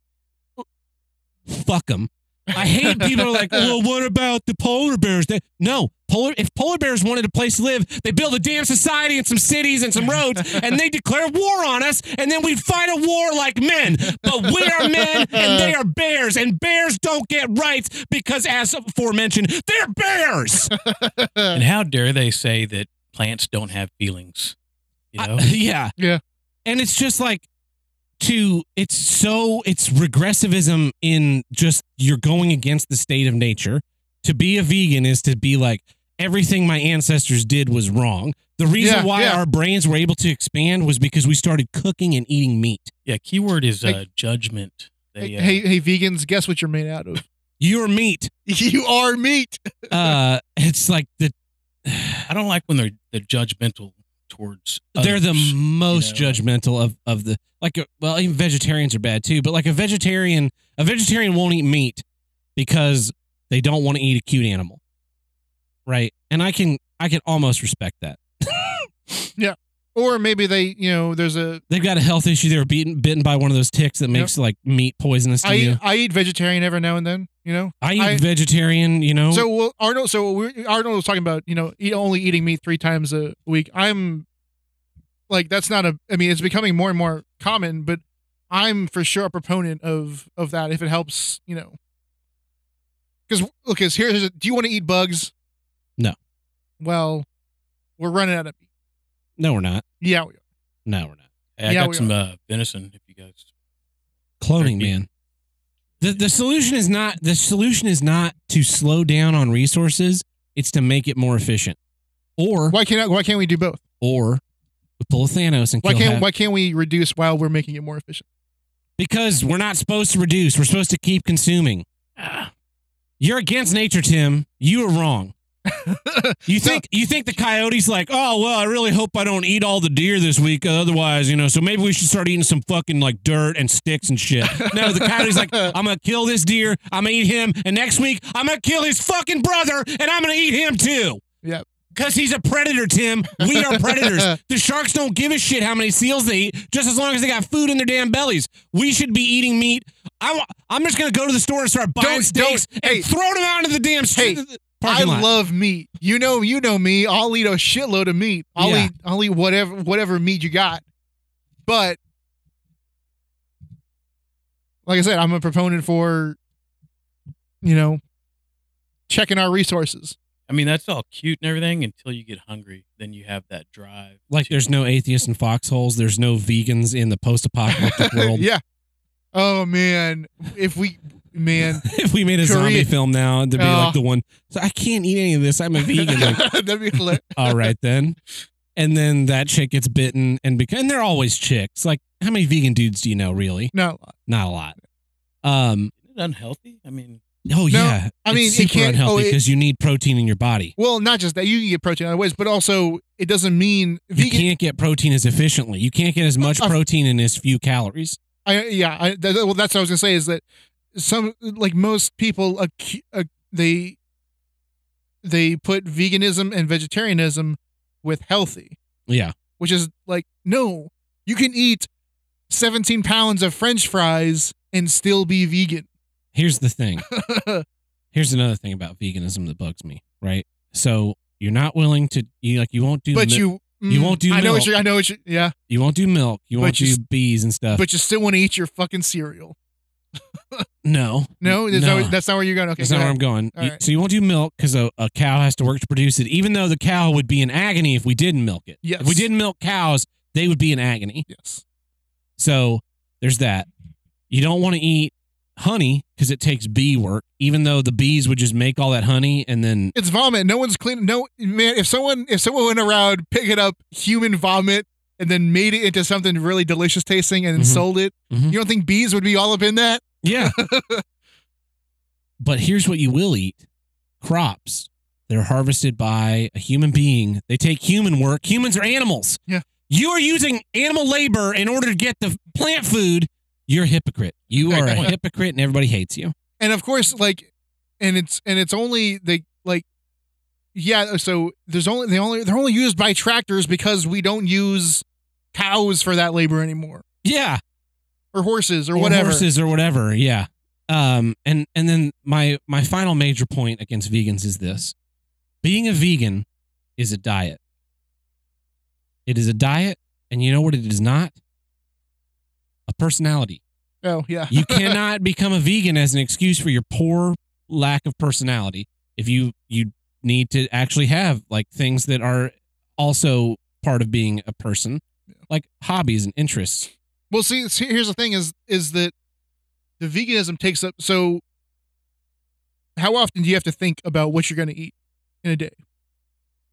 Speaker 1: Fuck them. I hate people who are like, well, what about the polar bears? They, no, polar. If polar bears wanted a place to live, they build a damn society and some cities and some roads, and they declare war on us, and then we fight a war like men. But we are men, and they are bears, and bears don't get rights because, as aforementioned, they're bears.
Speaker 2: uh,
Speaker 3: And how dare they say that plants don't have feelings? You
Speaker 1: I-
Speaker 3: know,
Speaker 1: yeah,
Speaker 2: Yeah.
Speaker 1: and it's just like to it's so it's regressivism in just you're going against the state of nature to be a vegan is to be like everything my ancestors did was wrong the reason
Speaker 2: Yeah,
Speaker 1: why
Speaker 2: yeah.
Speaker 1: our brains were able to expand was because we started cooking and eating meat
Speaker 3: Yeah, keyword is uh,
Speaker 2: Hey-
Speaker 3: judgment. They,
Speaker 2: Hey,
Speaker 3: uh,
Speaker 2: hey, hey, vegans, guess what you're made out of?
Speaker 1: your meat
Speaker 2: you are meat.
Speaker 1: uh it's like the
Speaker 3: I don't like when they're they're judgmental towards.
Speaker 1: they're the
Speaker 3: others.
Speaker 1: most
Speaker 3: you know?
Speaker 1: judgmental of of the like a, well even vegetarians are bad too but like a vegetarian a vegetarian won't eat meat because they don't want to eat a cute animal right and i can i can almost respect that
Speaker 2: Or maybe they, you know, there's a
Speaker 1: they've got a health issue they were beaten bitten by one of those ticks that makes like meat poisonous to
Speaker 2: I
Speaker 1: you
Speaker 2: eat, I eat vegetarian every now and then, you know.
Speaker 1: i eat
Speaker 2: I-
Speaker 1: vegetarian you know
Speaker 2: So well, Arnold, so we Arnold was talking about, you know, eat, only eating meat three times a week. I'm like that's not a. I mean, it's becoming more and more common, but I'm for sure a proponent of of that if it helps, you know. Because look, is here. here's a- Do you want to eat bugs?
Speaker 1: No.
Speaker 2: Well, we're running out of meat.
Speaker 1: no we're not
Speaker 2: Yeah, we are.
Speaker 1: no we're not
Speaker 3: Hey, I
Speaker 2: Yeah,
Speaker 3: got
Speaker 2: we
Speaker 3: some uh, venison. If you guys,
Speaker 1: cloning
Speaker 3: Turkey.
Speaker 1: man the the solution is not the solution is not to slow down on resources it's to make it more efficient or
Speaker 2: Why can't why can't we do both?
Speaker 1: or we pull a Thanos and
Speaker 2: Why
Speaker 1: kill
Speaker 2: can't
Speaker 1: half-
Speaker 2: why can't we reduce while we're making it more efficient?
Speaker 1: because we're not supposed to reduce. We're supposed to keep consuming. You're against nature, Tim. You are wrong. You think you think the coyote's like, oh well, I really hope I don't eat all the deer this week. Otherwise, you know, so maybe we should start eating some fucking like dirt and sticks and shit. No, the coyote's like, I'm gonna kill this deer. I'm gonna eat him, and next week I'm gonna kill his fucking brother, and I'm gonna eat him too.
Speaker 2: Yep.
Speaker 1: Cause he's a predator, Tim. We are predators. the sharks don't give a shit how many seals they eat, just as long as they got food in their damn bellies. We should be eating meat. I, wa- I'm just gonna go to the store and start buying
Speaker 2: Don't-
Speaker 1: steaks
Speaker 2: don't-
Speaker 1: and
Speaker 2: hey.
Speaker 1: throw them out into the damn street.
Speaker 2: Hey,
Speaker 1: parking
Speaker 2: I
Speaker 1: lot.
Speaker 2: love meat. You know, you know me. I'll eat a shitload of meat. I'll
Speaker 1: Yeah.
Speaker 2: eat I'll eat whatever whatever meat you got. But like I said, I'm a proponent for you know checking our resources.
Speaker 3: I mean, that's all cute and everything until you get hungry. Then you have that drive.
Speaker 1: like
Speaker 3: to-
Speaker 1: there's no atheists in foxholes. There's no vegans in the post-apocalyptic world.
Speaker 2: yeah. Oh man, if we man
Speaker 1: if we made a zombie
Speaker 2: Korea-
Speaker 1: film now, there'd be
Speaker 2: Oh.
Speaker 1: like the one. So I can't eat any of this. I'm a vegan. Like,
Speaker 2: that'd be hilarious.
Speaker 1: all right then. And then that chick gets bitten, and because and they're always chicks. Like how many vegan dudes do you know? Really,
Speaker 2: No,
Speaker 1: not a lot. Um.
Speaker 3: Isn't it unhealthy. I mean,
Speaker 1: Oh
Speaker 2: No,
Speaker 1: yeah.
Speaker 2: I mean,
Speaker 1: it's
Speaker 2: it
Speaker 1: super
Speaker 2: can't- oh,
Speaker 1: unhealthy
Speaker 2: it-
Speaker 1: because you need protein in your body.
Speaker 2: well, not just that you can get protein other ways, but also it doesn't mean
Speaker 1: You
Speaker 2: vegan.
Speaker 1: can't get protein as efficiently. You can't get as much
Speaker 2: I've-
Speaker 1: protein in as few calories.
Speaker 2: I yeah, I, that, well, that's what I was gonna say is that some like most people acu- uh, they they put veganism and vegetarianism with healthy,
Speaker 1: Yeah.
Speaker 2: which is like no, you can eat seventeen pounds of French fries and still be vegan.
Speaker 1: Here's the thing. Here's another thing about veganism that bugs me. Right. So you're not willing to you like you won't do
Speaker 2: but
Speaker 1: mi-
Speaker 2: you mm,
Speaker 1: you won't do
Speaker 2: I
Speaker 1: milk.
Speaker 2: know what you I know what you yeah,
Speaker 1: you won't do milk. You
Speaker 2: But
Speaker 1: won't
Speaker 2: you
Speaker 1: do
Speaker 2: s-
Speaker 1: bees and stuff.
Speaker 2: but you still want to eat your fucking cereal.
Speaker 1: no.
Speaker 2: No, that's,
Speaker 1: no.
Speaker 2: Not, that's not where you're going. Okay,
Speaker 1: That's
Speaker 2: go
Speaker 1: not where I'm
Speaker 2: ahead.
Speaker 1: going.
Speaker 2: All
Speaker 1: You-
Speaker 2: right.
Speaker 1: So you won't do milk because a, a cow has to work to produce it, even though the cow would be in agony if we didn't milk it.
Speaker 2: Yes.
Speaker 1: If we didn't milk cows, they would be in agony.
Speaker 2: yes,
Speaker 1: So there's that. You don't want to eat honey because it takes bee work, even though the bees would just make all that honey and then
Speaker 2: it's vomit. No one's cleaning. No man, if someone if someone went around picking up human vomit and then made it into something really delicious tasting and then
Speaker 1: Mhm.
Speaker 2: sold it,
Speaker 1: Mhm.
Speaker 2: you don't think bees would be all up in that?
Speaker 1: Yeah. but here's what you will eat crops. They're harvested by a human being. They take human work. Humans are animals.
Speaker 2: Yeah.
Speaker 1: You are using animal labor in order to get the plant food. You're a hypocrite. You
Speaker 2: Great
Speaker 1: are a
Speaker 2: point.
Speaker 1: hypocrite and everybody hates you.
Speaker 2: And of course, like, and it's and it's only they like, yeah. So there's only they only they're only used by tractors because we don't use cows for that labor anymore
Speaker 1: Yeah.
Speaker 2: or horses or, whatever.
Speaker 1: horses or whatever yeah um and and then my my final major point against vegans is this being a vegan is a diet it is a diet and you know what it is not a personality
Speaker 2: Oh yeah,
Speaker 1: you cannot become a vegan as an excuse for your poor lack of personality if you you need to actually have like things that are also part of being a person like hobbies and interests.
Speaker 2: Well, see, see, here's the thing: is is that the veganism takes up so. How often do you have to think about what you're going to eat in a day?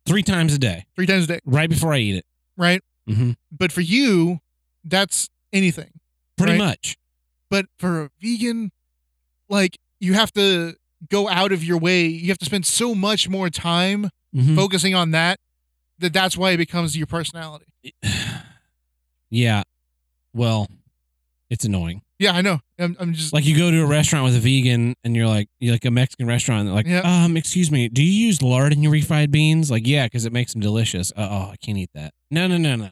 Speaker 1: Three times a day,
Speaker 2: Three times a day,
Speaker 1: right before I eat it.
Speaker 2: right?
Speaker 1: Mm-hmm.
Speaker 2: But for you, that's anything.
Speaker 1: Pretty
Speaker 2: Right.
Speaker 1: much.
Speaker 2: But for a vegan, like you have to go out of your way. You have to spend so much more time
Speaker 1: Mhm.
Speaker 2: focusing on that that that's why it becomes your personality.
Speaker 1: Yeah. Well, it's annoying.
Speaker 2: Yeah, I know. I'm, I'm just
Speaker 1: Like you go to a restaurant with a vegan and you're like you're like a Mexican restaurant and they're like,
Speaker 2: Yeah.
Speaker 1: um, excuse me, do you use lard in your refried beans? Like, yeah, because it makes them delicious. Uh, oh, I can't eat that. No, no, no, no.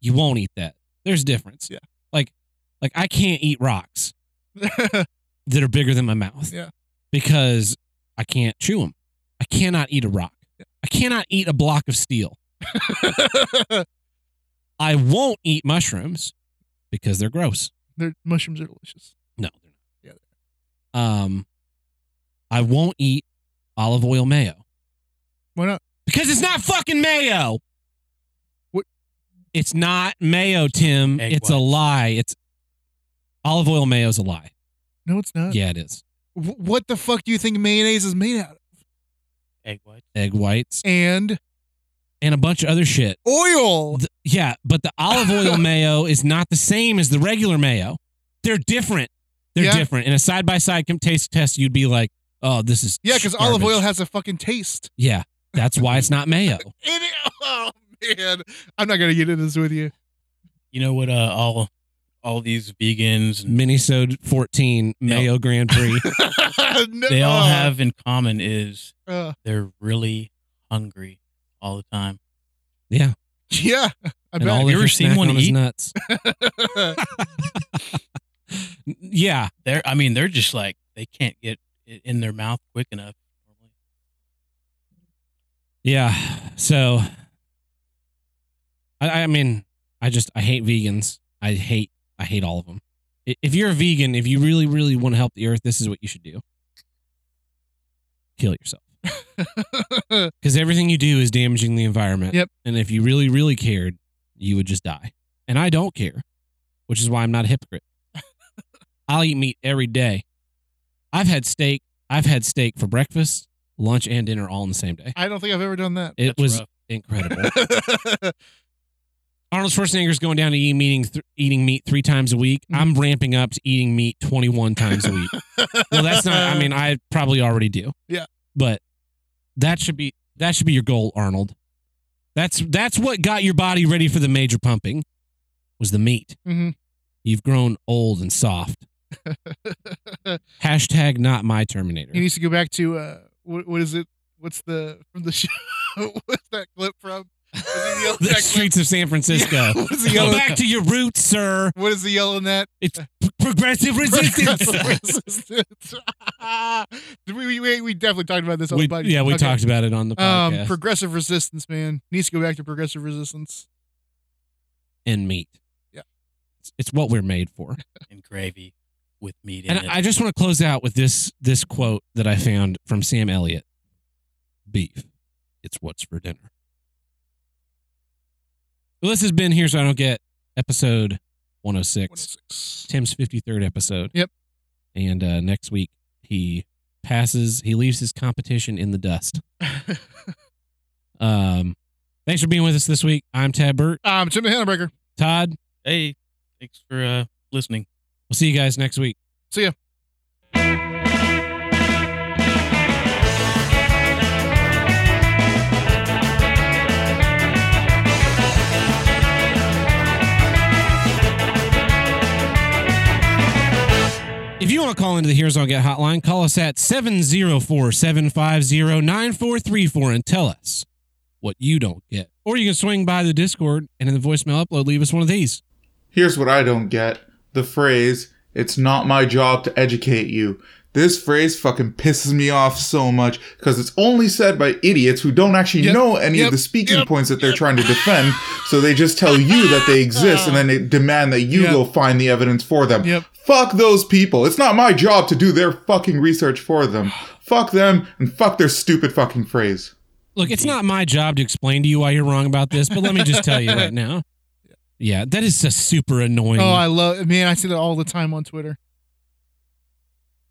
Speaker 1: You won't eat that. There's a difference.
Speaker 2: Yeah.
Speaker 1: Like like I can't eat rocks that are bigger than my mouth.
Speaker 2: Yeah.
Speaker 1: Because I can't chew them. I cannot eat a rock. I cannot eat a block of steel. I won't eat mushrooms because they're gross.
Speaker 2: their mushrooms are delicious.
Speaker 1: No,
Speaker 2: Yeah,
Speaker 1: they're not. Um, I won't eat olive oil mayo
Speaker 2: Why not?
Speaker 1: because it's not fucking mayo.
Speaker 2: What-
Speaker 1: It's not mayo, Tim.
Speaker 3: Egg
Speaker 1: it's a
Speaker 3: whites.
Speaker 1: lie. It's olive oil mayo is a lie.
Speaker 2: No, it's not.
Speaker 1: yeah, it is.
Speaker 2: Wh- What the fuck do you think mayonnaise is made out of?
Speaker 3: Egg white.
Speaker 1: Egg whites
Speaker 2: And
Speaker 1: and a bunch of other shit.
Speaker 2: oil.
Speaker 1: Th- yeah, but the olive oil mayo is not the same as the regular mayo. They're different. They're
Speaker 2: Yeah.
Speaker 1: different. In a side by side taste test, you'd be like, "Oh, this is
Speaker 2: Yeah, because olive
Speaker 1: garbage.
Speaker 2: oil has a fucking taste.
Speaker 1: Yeah, that's why it's not mayo.
Speaker 2: In it. Oh man, I'm not gonna get into this with you.
Speaker 3: You know what? Uh, all all these vegans, and
Speaker 1: Minisode 14 Mayo Grand Prix.
Speaker 2: No.
Speaker 3: they all have in common is
Speaker 2: Uh,
Speaker 3: they're really hungry all the time.
Speaker 1: Yeah,
Speaker 2: yeah, I
Speaker 1: and
Speaker 2: bet.
Speaker 1: all
Speaker 3: Have
Speaker 1: of
Speaker 3: you ever
Speaker 1: her
Speaker 3: seen
Speaker 1: snack
Speaker 3: one
Speaker 1: on his
Speaker 3: eat?
Speaker 1: nuts. yeah,
Speaker 3: They're, I mean, they're just like they can't get it in their mouth quick enough.
Speaker 1: yeah. So, I, I mean, I just I hate vegans. I hate I hate all of them. I- If you're a vegan, if you really really want to help the earth, this is what you should do: kill yourself. Because everything you do is damaging the environment.
Speaker 2: Yep.
Speaker 1: And if you really really cared, you would just die. And I don't care, which is why I'm not a hypocrite. I'll eat meat every day. I've had steak. I've had steak for breakfast, lunch, and dinner all in the same day.
Speaker 2: I don't think I've ever done that.
Speaker 1: It
Speaker 3: That's
Speaker 1: was
Speaker 3: rough.
Speaker 1: incredible. Arnold Schwarzenegger's going down to eating meeting th- eating meat three times a week. I'm ramping up to eating meat 21 times a week. well, that's not. I mean, I probably already do.
Speaker 2: Yeah.
Speaker 1: but that should be that should be your goal, Arnold. That's that's what got your body ready for the major pumping was the meat.
Speaker 2: Mhm.
Speaker 1: You've grown old and soft. Hashtag not my Terminator.
Speaker 2: He needs to go back to uh, what, what is it? What's the from the show? What's that clip from? Is he yelling
Speaker 1: the
Speaker 2: that
Speaker 1: streets of San Francisco.
Speaker 2: Yeah, what is he
Speaker 1: Go
Speaker 2: yelling?
Speaker 1: back to your roots, sir.
Speaker 2: What is he yelling at?
Speaker 1: Progressive resistance.
Speaker 2: Resistance. we, we, we definitely talked about this on
Speaker 1: We-
Speaker 2: the podcast.
Speaker 1: yeah, we
Speaker 2: Okay.
Speaker 1: talked about it on the podcast.
Speaker 2: Um, progressive resistance, man, needs to go back to progressive resistance.
Speaker 1: and meat.
Speaker 2: Yeah.
Speaker 1: It's, it's what we're made for.
Speaker 3: and gravy with meat in
Speaker 1: And
Speaker 3: it.
Speaker 1: I just want to close out with this this quote that I found from Sam Elliott. Beef. It's what's for dinner. Well, this has been Here's What I Don't Get, episode 106,
Speaker 2: 106.
Speaker 1: Tim's 53rd episode.
Speaker 2: Yep.
Speaker 1: And uh, next week, he passes, he leaves his competition in the dust. Um, thanks for being with us this week. I'm Tad Burt.
Speaker 2: um, Tim the Handbreaker.
Speaker 1: Todd,
Speaker 3: hey, thanks for uh, listening.
Speaker 1: we'll see you guys next week.
Speaker 2: See ya.
Speaker 1: If you want to call into the Heroes on Get hotline, call us at 704 750 9434 and tell us what you don't get. Or you can swing by the Discord and in the voicemail upload, leave us one of these.
Speaker 6: Here's what I don't get the phrase, it's not my job to educate you. This phrase fucking pisses me off so much because it's only said by idiots who don't actually
Speaker 2: Yep,
Speaker 6: know any
Speaker 2: yep,
Speaker 6: of the speaking
Speaker 2: yep,
Speaker 6: points that they're trying to defend. So they just tell you that they exist and then they demand that you
Speaker 2: Yep.
Speaker 6: go find the evidence for them.
Speaker 2: Yep.
Speaker 6: Fuck those people. It's not my job to do their fucking research for them. Fuck them and fuck their stupid fucking phrase.
Speaker 1: Look, it's not my job to explain to you why you're wrong about this, but let me just tell you right now Yeah, that is a super annoying.
Speaker 2: Oh, I love man. I see that all the time on Twitter.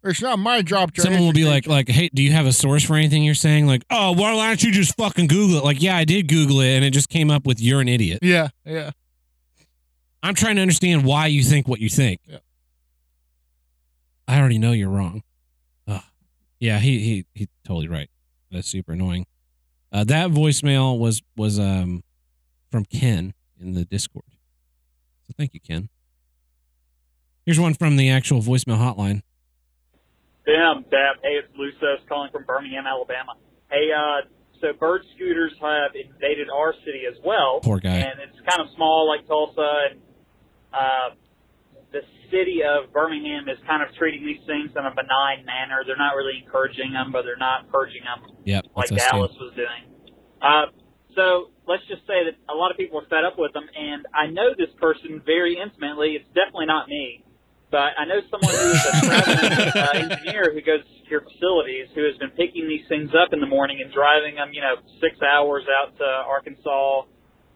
Speaker 2: It's not my job. to
Speaker 1: Someone will be like,
Speaker 2: educate
Speaker 1: like, hey, do you have a source for anything you're saying? Like, oh, well, why don't you just fucking Google it? Like, yeah, I did Google it, and it just came up with you're an idiot.
Speaker 2: you." yeah, yeah.
Speaker 1: I'm trying to understand why you think what you think.
Speaker 2: Yeah.
Speaker 1: I already know you're wrong. Ugh. Yeah, he he he totally right. That's super annoying. Uh, that voicemail was was um from Ken in the Discord. So thank you, Ken. Here's one from the actual voicemail hotline.
Speaker 7: Damn, Dap. Hey, it's Lusos calling from Birmingham, Alabama. Hey, uh, so bird scooters have invaded our city as well.
Speaker 1: Poor guy.
Speaker 7: And it's kind of small, like Tulsa, and uh, the city of Birmingham is kind of treating these things in a benign manner. They're not really encouraging them, but they're not purging them
Speaker 1: Yep,
Speaker 7: like
Speaker 1: that's us, dude.
Speaker 7: Dallas was doing. Uh, so let's just say that a lot of people are fed up with them, and I know this person very intimately. It's definitely not me, but I know someone who is a traveling uh, engineer who goes to secure facilities who has been picking these things up in the morning and driving them, you know, six hours out to Arkansas,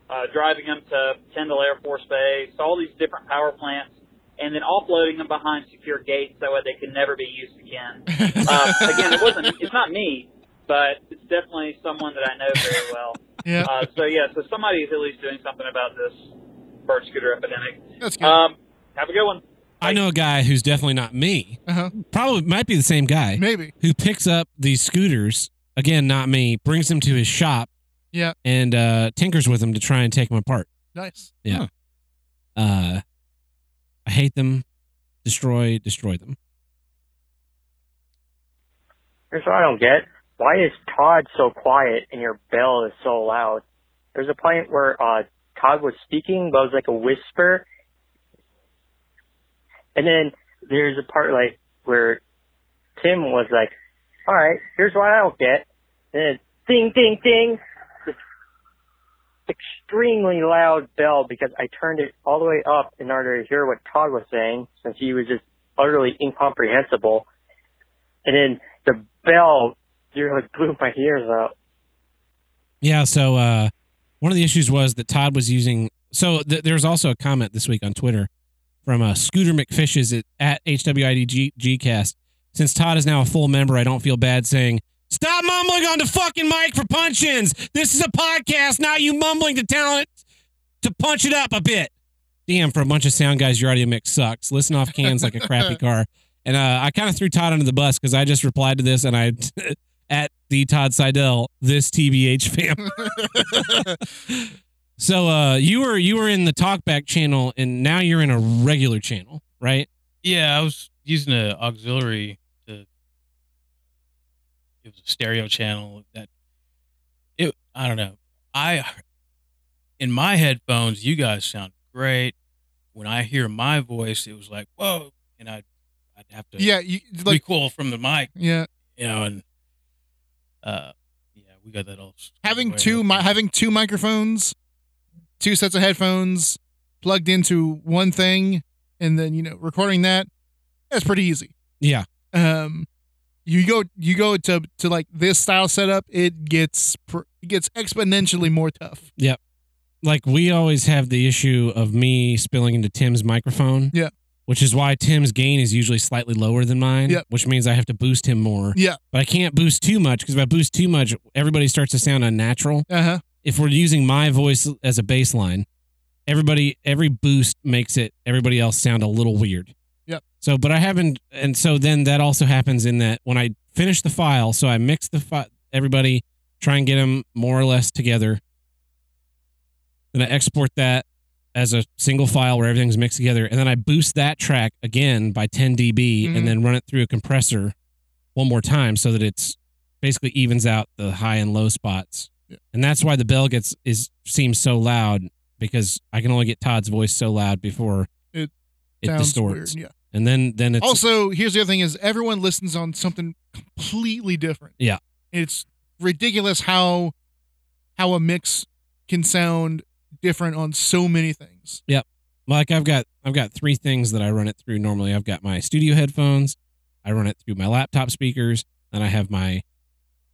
Speaker 7: uh, driving them to Kendall Air Force Base, all these different power plants, and then offloading them behind secure gates that way they can never be used again. Uh, again, it wasn't. It's not me, but it's definitely someone that I know very well.
Speaker 2: Yeah.
Speaker 7: Uh, so yeah, so somebody is at least doing something about this bird scooter epidemic.
Speaker 2: That's good.
Speaker 7: Um, have a good one.
Speaker 1: I know a guy who's definitely not me.
Speaker 2: Uh-huh.
Speaker 1: Probably might be the same guy
Speaker 2: Maybe.
Speaker 1: who picks up these scooters. Again, not me. Brings them to his shop
Speaker 2: Yeah.
Speaker 1: and uh, tinkers with them to try and take them apart.
Speaker 2: Nice.
Speaker 1: Yeah. Uh, I hate them. Destroy, destroy them.
Speaker 8: Here's what I don't get. Why is Todd so quiet and your bell is so loud? There's a point where uh, Todd was speaking, but it was like a whisper. And then there's a part like where Tim was like, all right, here's what I don't get. And then ding, ding, ding. This extremely loud bell because I turned it all the way up in order to hear what Todd was saying since he was just utterly incomprehensible. And then the bell nearly blew my ears out.
Speaker 1: Yeah. So uh, one of the issues was that Todd was using. So th- there's also a comment this week on Twitter from uh, Scooter McFishes at, at HWIDGcast. Since Todd is now a full member, I don't feel bad saying, Stop mumbling on the fucking mic for punch ins. This is a podcast, not you mumbling to talent to punch it up a bit. Damn, for a bunch of sound guys, your audio mix sucks. Listen off cans like a crappy car. And uh, I kind of threw Todd under the bus because I just replied to this and I, at the Todd Seidel, this TBH fam. So uh you were you were in the talkback channel and now you're in a regular channel, right?
Speaker 3: Yeah, I was using an auxiliary to. It was a stereo channel that. It I don't know. I in my headphones, you guys sound great. When I hear my voice, it was like whoa, and I, I'd have to
Speaker 2: Yeah. You, like.
Speaker 3: recoil from the mic,
Speaker 2: Yeah.
Speaker 3: you know, and uh, yeah, we got that all.
Speaker 2: Having
Speaker 3: squared
Speaker 2: two
Speaker 3: up.
Speaker 2: mi- having two microphones, two sets of headphones plugged into one thing, and then you know recording that. That's pretty easy.
Speaker 1: Yeah.
Speaker 2: um you go you go to to like this style setup it gets pr- it gets exponentially more tough
Speaker 1: Like we always have the issue of me spilling into Tim's microphone.
Speaker 2: Yeah.
Speaker 1: Which is why Tim's gain is usually slightly lower than mine,
Speaker 2: Yeah.
Speaker 1: which means I have to boost him more.
Speaker 2: Yeah.
Speaker 1: But I can't boost too much because if I boost too much, everybody starts to sound unnatural.
Speaker 2: uh-huh
Speaker 1: If we're using my voice as a baseline, everybody every boost makes it everybody else sound a little weird.
Speaker 2: Yep.
Speaker 1: So, but I haven't, and so then that also happens in that when I finish the file, so I mix the fi- everybody, try and get them more or less together. Then I export that as a single file where everything's mixed together, and then I boost that track again by 10 dB,
Speaker 2: Mhm.
Speaker 1: and then run it through a compressor one more time so that it's basically evens out the high and low spots.
Speaker 2: Yeah.
Speaker 1: And that's why the bell gets is seems so loud because I can only get Todd's voice so loud before
Speaker 2: It
Speaker 1: it
Speaker 2: Sounds
Speaker 1: distorts.
Speaker 2: weird,
Speaker 1: And then then it's
Speaker 2: yeah also here's the other thing is everyone listens on something completely different
Speaker 1: Yeah.
Speaker 2: it's ridiculous how how a mix can sound different on so many things
Speaker 1: like I've got I've got three things that I run it through normally. I've got my studio headphones, I run it through my laptop speakers, and I have my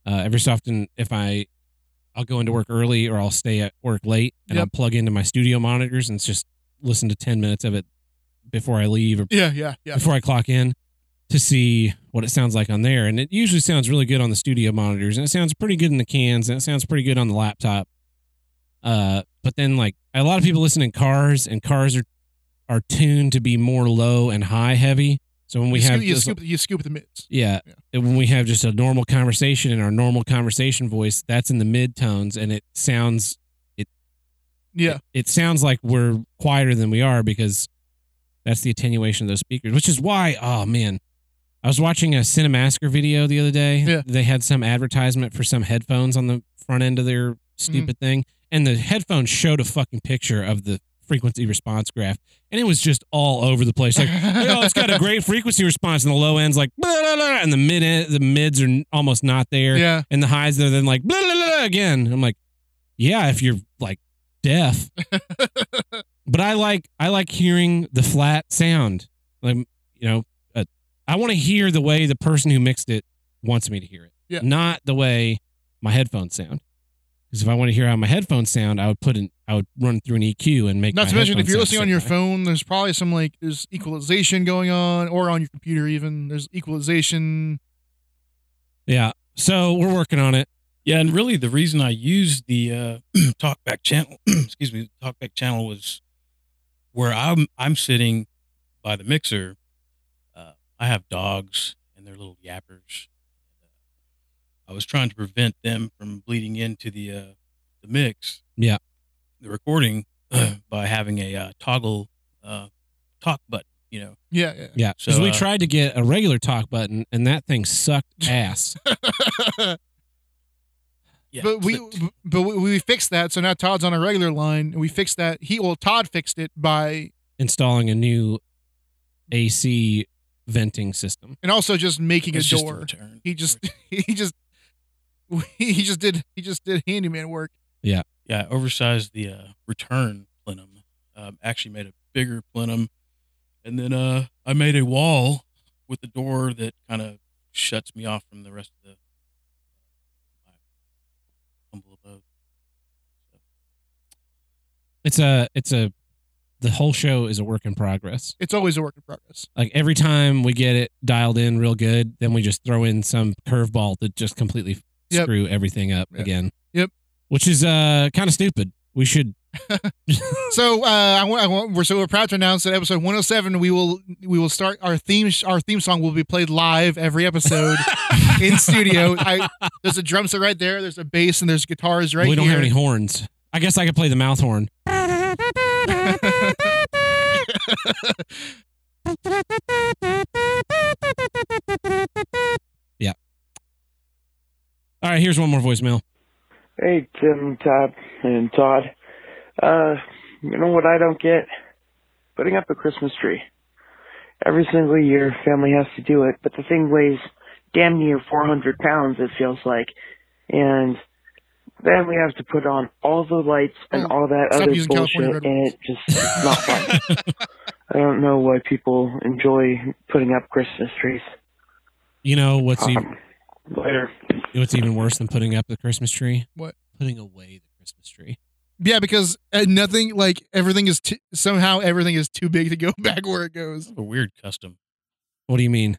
Speaker 1: uh, every so often if I I'll go into work early or I'll stay at work late and
Speaker 2: Yep.
Speaker 1: I'll plug into my studio monitors and it's just listen to 10 minutes of it before I leave or
Speaker 2: Yeah, yeah, yeah.
Speaker 1: before I clock in to see what it sounds like on there. And it usually sounds really good on the studio monitors, and it sounds pretty good in the cans, and it sounds pretty good on the laptop. Uh, but then like a lot of people listen in cars, and cars are are tuned to be more low and high heavy. So when we
Speaker 2: you
Speaker 1: have
Speaker 2: scoop, you
Speaker 1: just-
Speaker 2: scoop, you scoop the mids.
Speaker 1: yeah. And When we have just a normal conversation in our normal conversation voice, that's in the mid tones and it sounds
Speaker 2: Yeah,
Speaker 1: it sounds like we're quieter than we are because that's the attenuation of those speakers, which is why, oh man, I was watching a Cinemasker video the other day.
Speaker 2: Yeah.
Speaker 1: They had some advertisement for some headphones on the front end of their stupid thing, and the headphones showed a fucking picture of the frequency response graph, and it was just all over the place. Like, oh, it's got a great frequency response, and the low end's like, blah, blah, blah, and the mid end, the mids are n- almost not there
Speaker 2: yeah.
Speaker 1: and the highs they're then like blah, blah, blah, blah, again i'm like yeah if you're like deaf but i like i like hearing the flat sound like you know uh, i want to hear the way the person who mixed it wants me to hear it
Speaker 2: Yeah.
Speaker 1: not the way my headphones sound because if i want to hear how my headphones sound i would put in i would run through an eq and make
Speaker 2: Not
Speaker 1: my
Speaker 2: to mention, if
Speaker 1: headphones
Speaker 2: you're
Speaker 1: sound
Speaker 2: listening
Speaker 1: a
Speaker 2: on your
Speaker 1: certain way.
Speaker 2: phone, there's probably some like there's equalization going on, or on your computer even. There's equalization.
Speaker 1: yeah so we're working on it
Speaker 3: Yeah, and really the reason I used the uh, TalkBack channel, excuse me, the TalkBack channel was where I'm I'm sitting by the mixer. Uh, I have dogs and their little yappers. uh, I was trying to prevent them from bleeding into the uh, the mix.
Speaker 1: Yeah.
Speaker 3: the recording by having a uh, toggle uh, talk button. You know,
Speaker 2: Yeah, yeah.
Speaker 1: yeah because
Speaker 3: So,
Speaker 1: we
Speaker 3: uh,
Speaker 1: tried to get a regular talk button and that thing sucked ass
Speaker 3: yeah.
Speaker 2: But we,
Speaker 3: so-
Speaker 2: but we, we fixed that. So now Todd's on a regular line. and We fixed that. He, well, Todd fixed it by,
Speaker 1: installing a new AC venting system.
Speaker 2: and also just making
Speaker 3: it's
Speaker 2: a
Speaker 3: just a
Speaker 2: door.
Speaker 3: return.
Speaker 2: he just, he just, he just did, he just did handyman work.
Speaker 3: yeah, I oversized the uh, return plenum. Um, actually, made a bigger plenum, and then uh, I made a wall with a door that kind of shuts me off from the rest of the my humble abode.
Speaker 1: It's a it's a the whole show is a work in progress.
Speaker 2: It's always a work in progress.
Speaker 1: Like every time we get it dialed in real good, then we just throw in some curveball that just completely
Speaker 2: Yep.
Speaker 1: screw everything up
Speaker 2: Yeah.
Speaker 1: again.
Speaker 2: Yep.
Speaker 1: Which is uh kind of stupid. We should
Speaker 2: So uh, I, wa- I, wa- we're so we're proud to announce that episode 107 we will we will start our theme sh- our theme song will be played live every episode in studio. I, there's a drum set right there. There's a bass and there's guitars right
Speaker 1: we don't
Speaker 2: here.
Speaker 1: have any horns. I guess I could play the mouth horn. yeah. All right, here's one more voicemail.
Speaker 8: Hey, Tim, Todd, and Todd. Uh, you know what I don't get? Putting up a Christmas tree. Every single year, family has to do it, but the thing weighs damn near 400 pounds, it feels like. And then we have to put on all the lights and all that
Speaker 2: Oh, Stop
Speaker 8: other
Speaker 2: using California
Speaker 8: bullshit,
Speaker 2: Red
Speaker 8: and
Speaker 2: Wings.
Speaker 8: it just it's not fun. I don't know why people enjoy putting up Christmas trees.
Speaker 1: You know what's even
Speaker 8: Um, later.
Speaker 1: what's even worse than putting up the Christmas tree?
Speaker 2: What?
Speaker 1: Putting away the Christmas tree.
Speaker 2: Yeah, because uh, nothing like everything is t- somehow everything is too big to go back where it goes.
Speaker 3: It's a weird custom.
Speaker 1: What do you mean?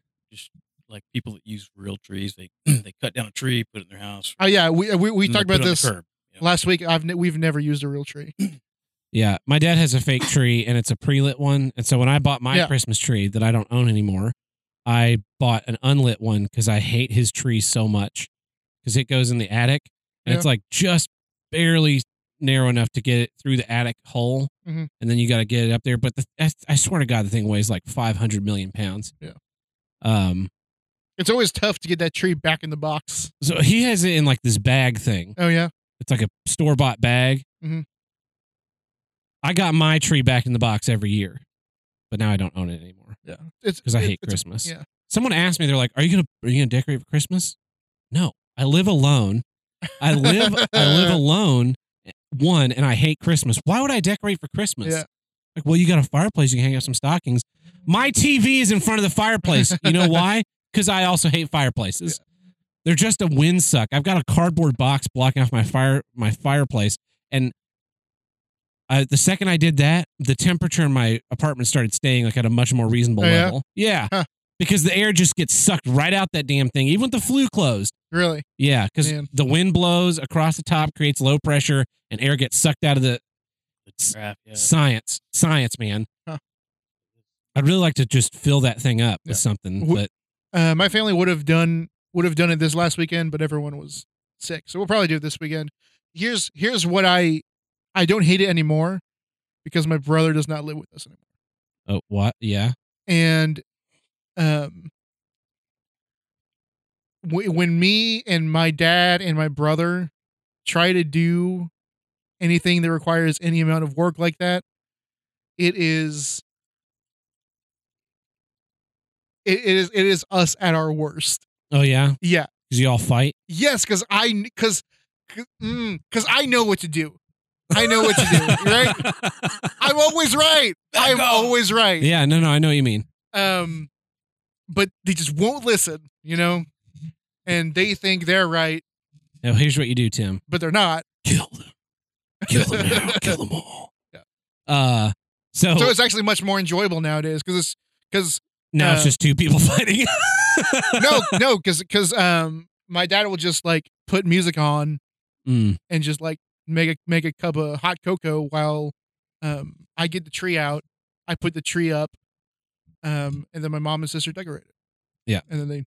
Speaker 3: Like people that use real trees, they they cut down a tree, put it in their house.
Speaker 2: Oh yeah, we we, we
Speaker 1: Mm,
Speaker 3: and they
Speaker 2: talked about
Speaker 3: put it on the
Speaker 2: this
Speaker 3: curb.
Speaker 2: last week. I've ne- we've never used a real tree.
Speaker 1: Yeah, my dad has a fake tree and it's a pre-lit one. And so when I bought my
Speaker 2: Yeah.
Speaker 1: Christmas tree that I don't own anymore, I bought an unlit one because I hate his tree so much because it goes in the attic and it's like just barely narrow enough to get it through the attic hole,
Speaker 2: Mhm.
Speaker 1: and then you got to get it up there. But the, I, I swear to God, the thing weighs like five hundred million pounds.
Speaker 2: Yeah.
Speaker 1: Um.
Speaker 2: It's always tough to get that tree back in the box.
Speaker 1: So he has it in like this bag thing.
Speaker 2: Oh yeah,
Speaker 1: It's like a store bought bag.
Speaker 2: Mhm.
Speaker 1: I got my tree back in the box every year, but now I don't own it anymore
Speaker 2: yeah. It's
Speaker 1: because I
Speaker 2: it-
Speaker 1: hate
Speaker 2: it's-
Speaker 1: Christmas.
Speaker 2: yeah.
Speaker 1: Someone asked me, they're like, "Are you gonna are you gonna decorate for Christmas?" No, I live alone. I live I live alone. One, and I hate Christmas. Why would I decorate for Christmas?
Speaker 2: Yeah.
Speaker 1: Like, well, you got a fireplace. You can hang up some stockings. My TV is in front of the fireplace. You know why? Because I also hate fireplaces. They're just a windsuck. I've got a cardboard box blocking off my fire my fireplace, and uh, the second I did that, the temperature in my apartment started staying like at a much more reasonable
Speaker 2: Oh, yeah?
Speaker 1: level. Yeah,
Speaker 2: Huh.
Speaker 1: because the air just gets sucked right out that damn thing, even with the flue closed.
Speaker 2: Really?
Speaker 1: Yeah, because
Speaker 2: Man.
Speaker 1: the wind blows across the top, creates low pressure, and air gets sucked out of the
Speaker 3: The trap, yeah.
Speaker 1: science. Science, man.
Speaker 2: Huh.
Speaker 1: I'd really like to just fill that thing up
Speaker 2: Yeah.
Speaker 1: with something,
Speaker 2: Wh-
Speaker 1: but
Speaker 2: Uh, my family would have done would have done it this last weekend, but everyone was sick, so we'll probably do it this weekend. Here's here's what I I don't hate it anymore because my brother does not live with us anymore.
Speaker 1: oh, what? Yeah,
Speaker 2: and um w- when me and my dad and my brother try to do anything that requires any amount of work like that it is it, it is it is us at our worst
Speaker 1: oh yeah,
Speaker 2: yeah
Speaker 1: because you all fight.
Speaker 2: yes because i because because mm, i know what to do i know what to do right i'm always right i'm always right
Speaker 1: Yeah, no, no, I know what you mean.
Speaker 2: um but they just won't listen you know and they think they're right
Speaker 1: Now here's what you do, Tim.
Speaker 2: but they're not
Speaker 1: Kill them. Kill them now. Kill them all. Uh, so,
Speaker 2: so it's actually much more enjoyable nowadays because it's because
Speaker 1: now it's
Speaker 2: uh,
Speaker 1: just two people fighting.
Speaker 2: no no because because um my dad will just like put music on
Speaker 1: Mm,
Speaker 2: and just like make a make a cup of hot cocoa while um i get the tree out i put the tree up um and then my mom and sister decorate it
Speaker 1: Yeah.
Speaker 2: and then they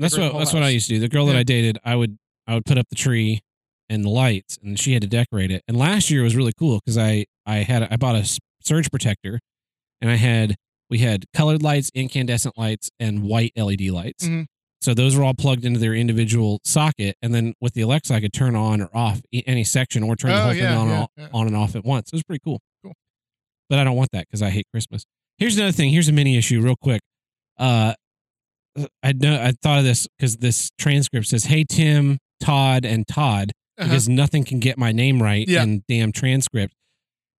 Speaker 1: that's
Speaker 2: Great
Speaker 1: what
Speaker 2: whole
Speaker 1: that's what I
Speaker 2: house.
Speaker 1: used to do. The girl that
Speaker 2: Yeah.
Speaker 1: I dated, I would I would put up the tree and the lights, and she had to decorate it. And last year was really cool because I I had I bought a s- surge protector, and I had we had colored lights, incandescent lights, and white LED lights.
Speaker 2: Mhm.
Speaker 1: So those were all plugged into their individual socket, and then with the Alexa, I could turn on or off e- any section or turn the
Speaker 2: Oh,
Speaker 1: whole thing
Speaker 2: yeah,
Speaker 1: on and
Speaker 2: yeah,
Speaker 1: off,
Speaker 2: yeah.
Speaker 1: on and off at once. It was pretty cool.
Speaker 2: Cool.
Speaker 1: But I don't want that because I hate Christmas. Here's another thing. Here's a mini issue, real quick. Uh, I know I thought of this because this transcript says, "Hey Tim, Todd, and Todd,"
Speaker 2: Uh-huh.
Speaker 1: because nothing can get my name right
Speaker 2: Yeah.
Speaker 1: in damn transcript.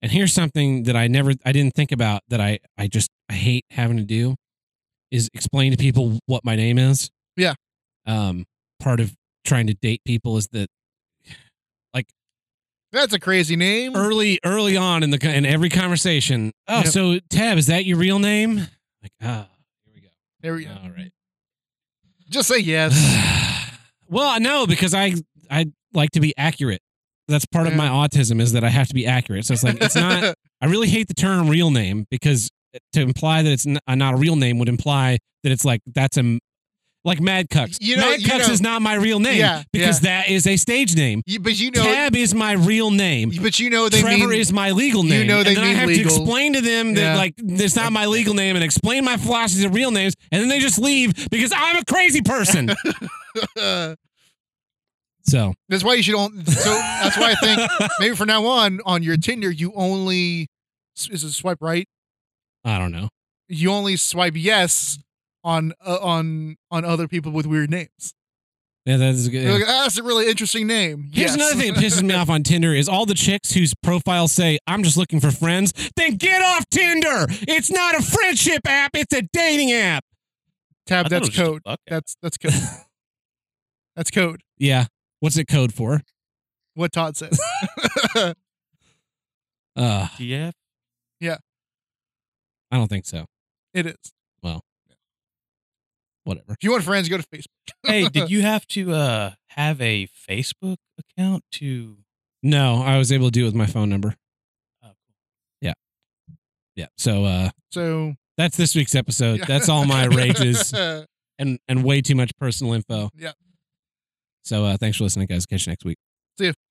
Speaker 1: And here's something that I never, I didn't think about that I, I just, I hate having to do, is explain to people what my name is.
Speaker 2: Yeah.
Speaker 1: Um, part of trying to date people is that
Speaker 2: that's a crazy name
Speaker 1: early early on in the in every conversation. Oh,
Speaker 2: Yep.
Speaker 1: so Tab, is that your real name? Like, ah, here we go.
Speaker 2: there we go
Speaker 1: All right.
Speaker 2: just say yes
Speaker 1: well, no, because I I like to be accurate. That's part of
Speaker 2: Yeah.
Speaker 1: my autism is that I have to be accurate. So it's like it's not. I really hate the term real name because to imply that it's n- uh, not a real name would imply that it's like that's a m- like Mad Cucks.
Speaker 2: You know-
Speaker 1: Mad
Speaker 2: you
Speaker 1: Cucks
Speaker 2: know-
Speaker 1: is not my real name
Speaker 2: Yeah,
Speaker 1: because that is a stage name.
Speaker 2: You- but you know
Speaker 1: Tab is my real name.
Speaker 2: But you know they
Speaker 1: Trevor
Speaker 2: mean
Speaker 1: is my legal name.
Speaker 2: You know they
Speaker 1: and then
Speaker 2: mean
Speaker 1: I have
Speaker 2: legal.
Speaker 1: to explain to them that
Speaker 2: Yeah.
Speaker 1: like it's not my legal name and explain my philosophies of real names, and then they just leave because I'm a crazy person. so
Speaker 2: uh, that's why you should only. So that's why I think maybe from now on on your Tinder you only is it swipe right?
Speaker 1: I don't know.
Speaker 2: You only swipe yes on uh, on on other people with weird names.
Speaker 1: Yeah, that is a good.
Speaker 2: You're like, "Ah, that's a really interesting name.
Speaker 1: Here's
Speaker 2: Yes."
Speaker 1: another thing that pisses me off on Tinder is all the chicks whose profiles say I'm just looking for friends. Then get off Tinder. It's not a friendship app. It's a dating app.
Speaker 3: I
Speaker 2: Tab.
Speaker 3: thought it
Speaker 2: That's
Speaker 3: was just a
Speaker 2: code.
Speaker 3: buck app.
Speaker 2: That's that's code. that's code.
Speaker 1: Yeah. What's it code for?
Speaker 2: What Todd says.
Speaker 1: Uh,
Speaker 3: TF.
Speaker 1: I don't think so.
Speaker 2: it is. If
Speaker 1: Whatever.
Speaker 2: you want friends, go to Facebook.
Speaker 3: hey, did you have to uh, have a Facebook account to?
Speaker 1: No, I was able to do it with my phone number.
Speaker 3: Uh,
Speaker 1: Yeah. So uh,
Speaker 2: So
Speaker 1: that's this week's episode.
Speaker 2: Yeah.
Speaker 1: That's all my rages
Speaker 2: yeah.
Speaker 1: and and way too much personal info. So uh, thanks for listening, guys. Catch you next week.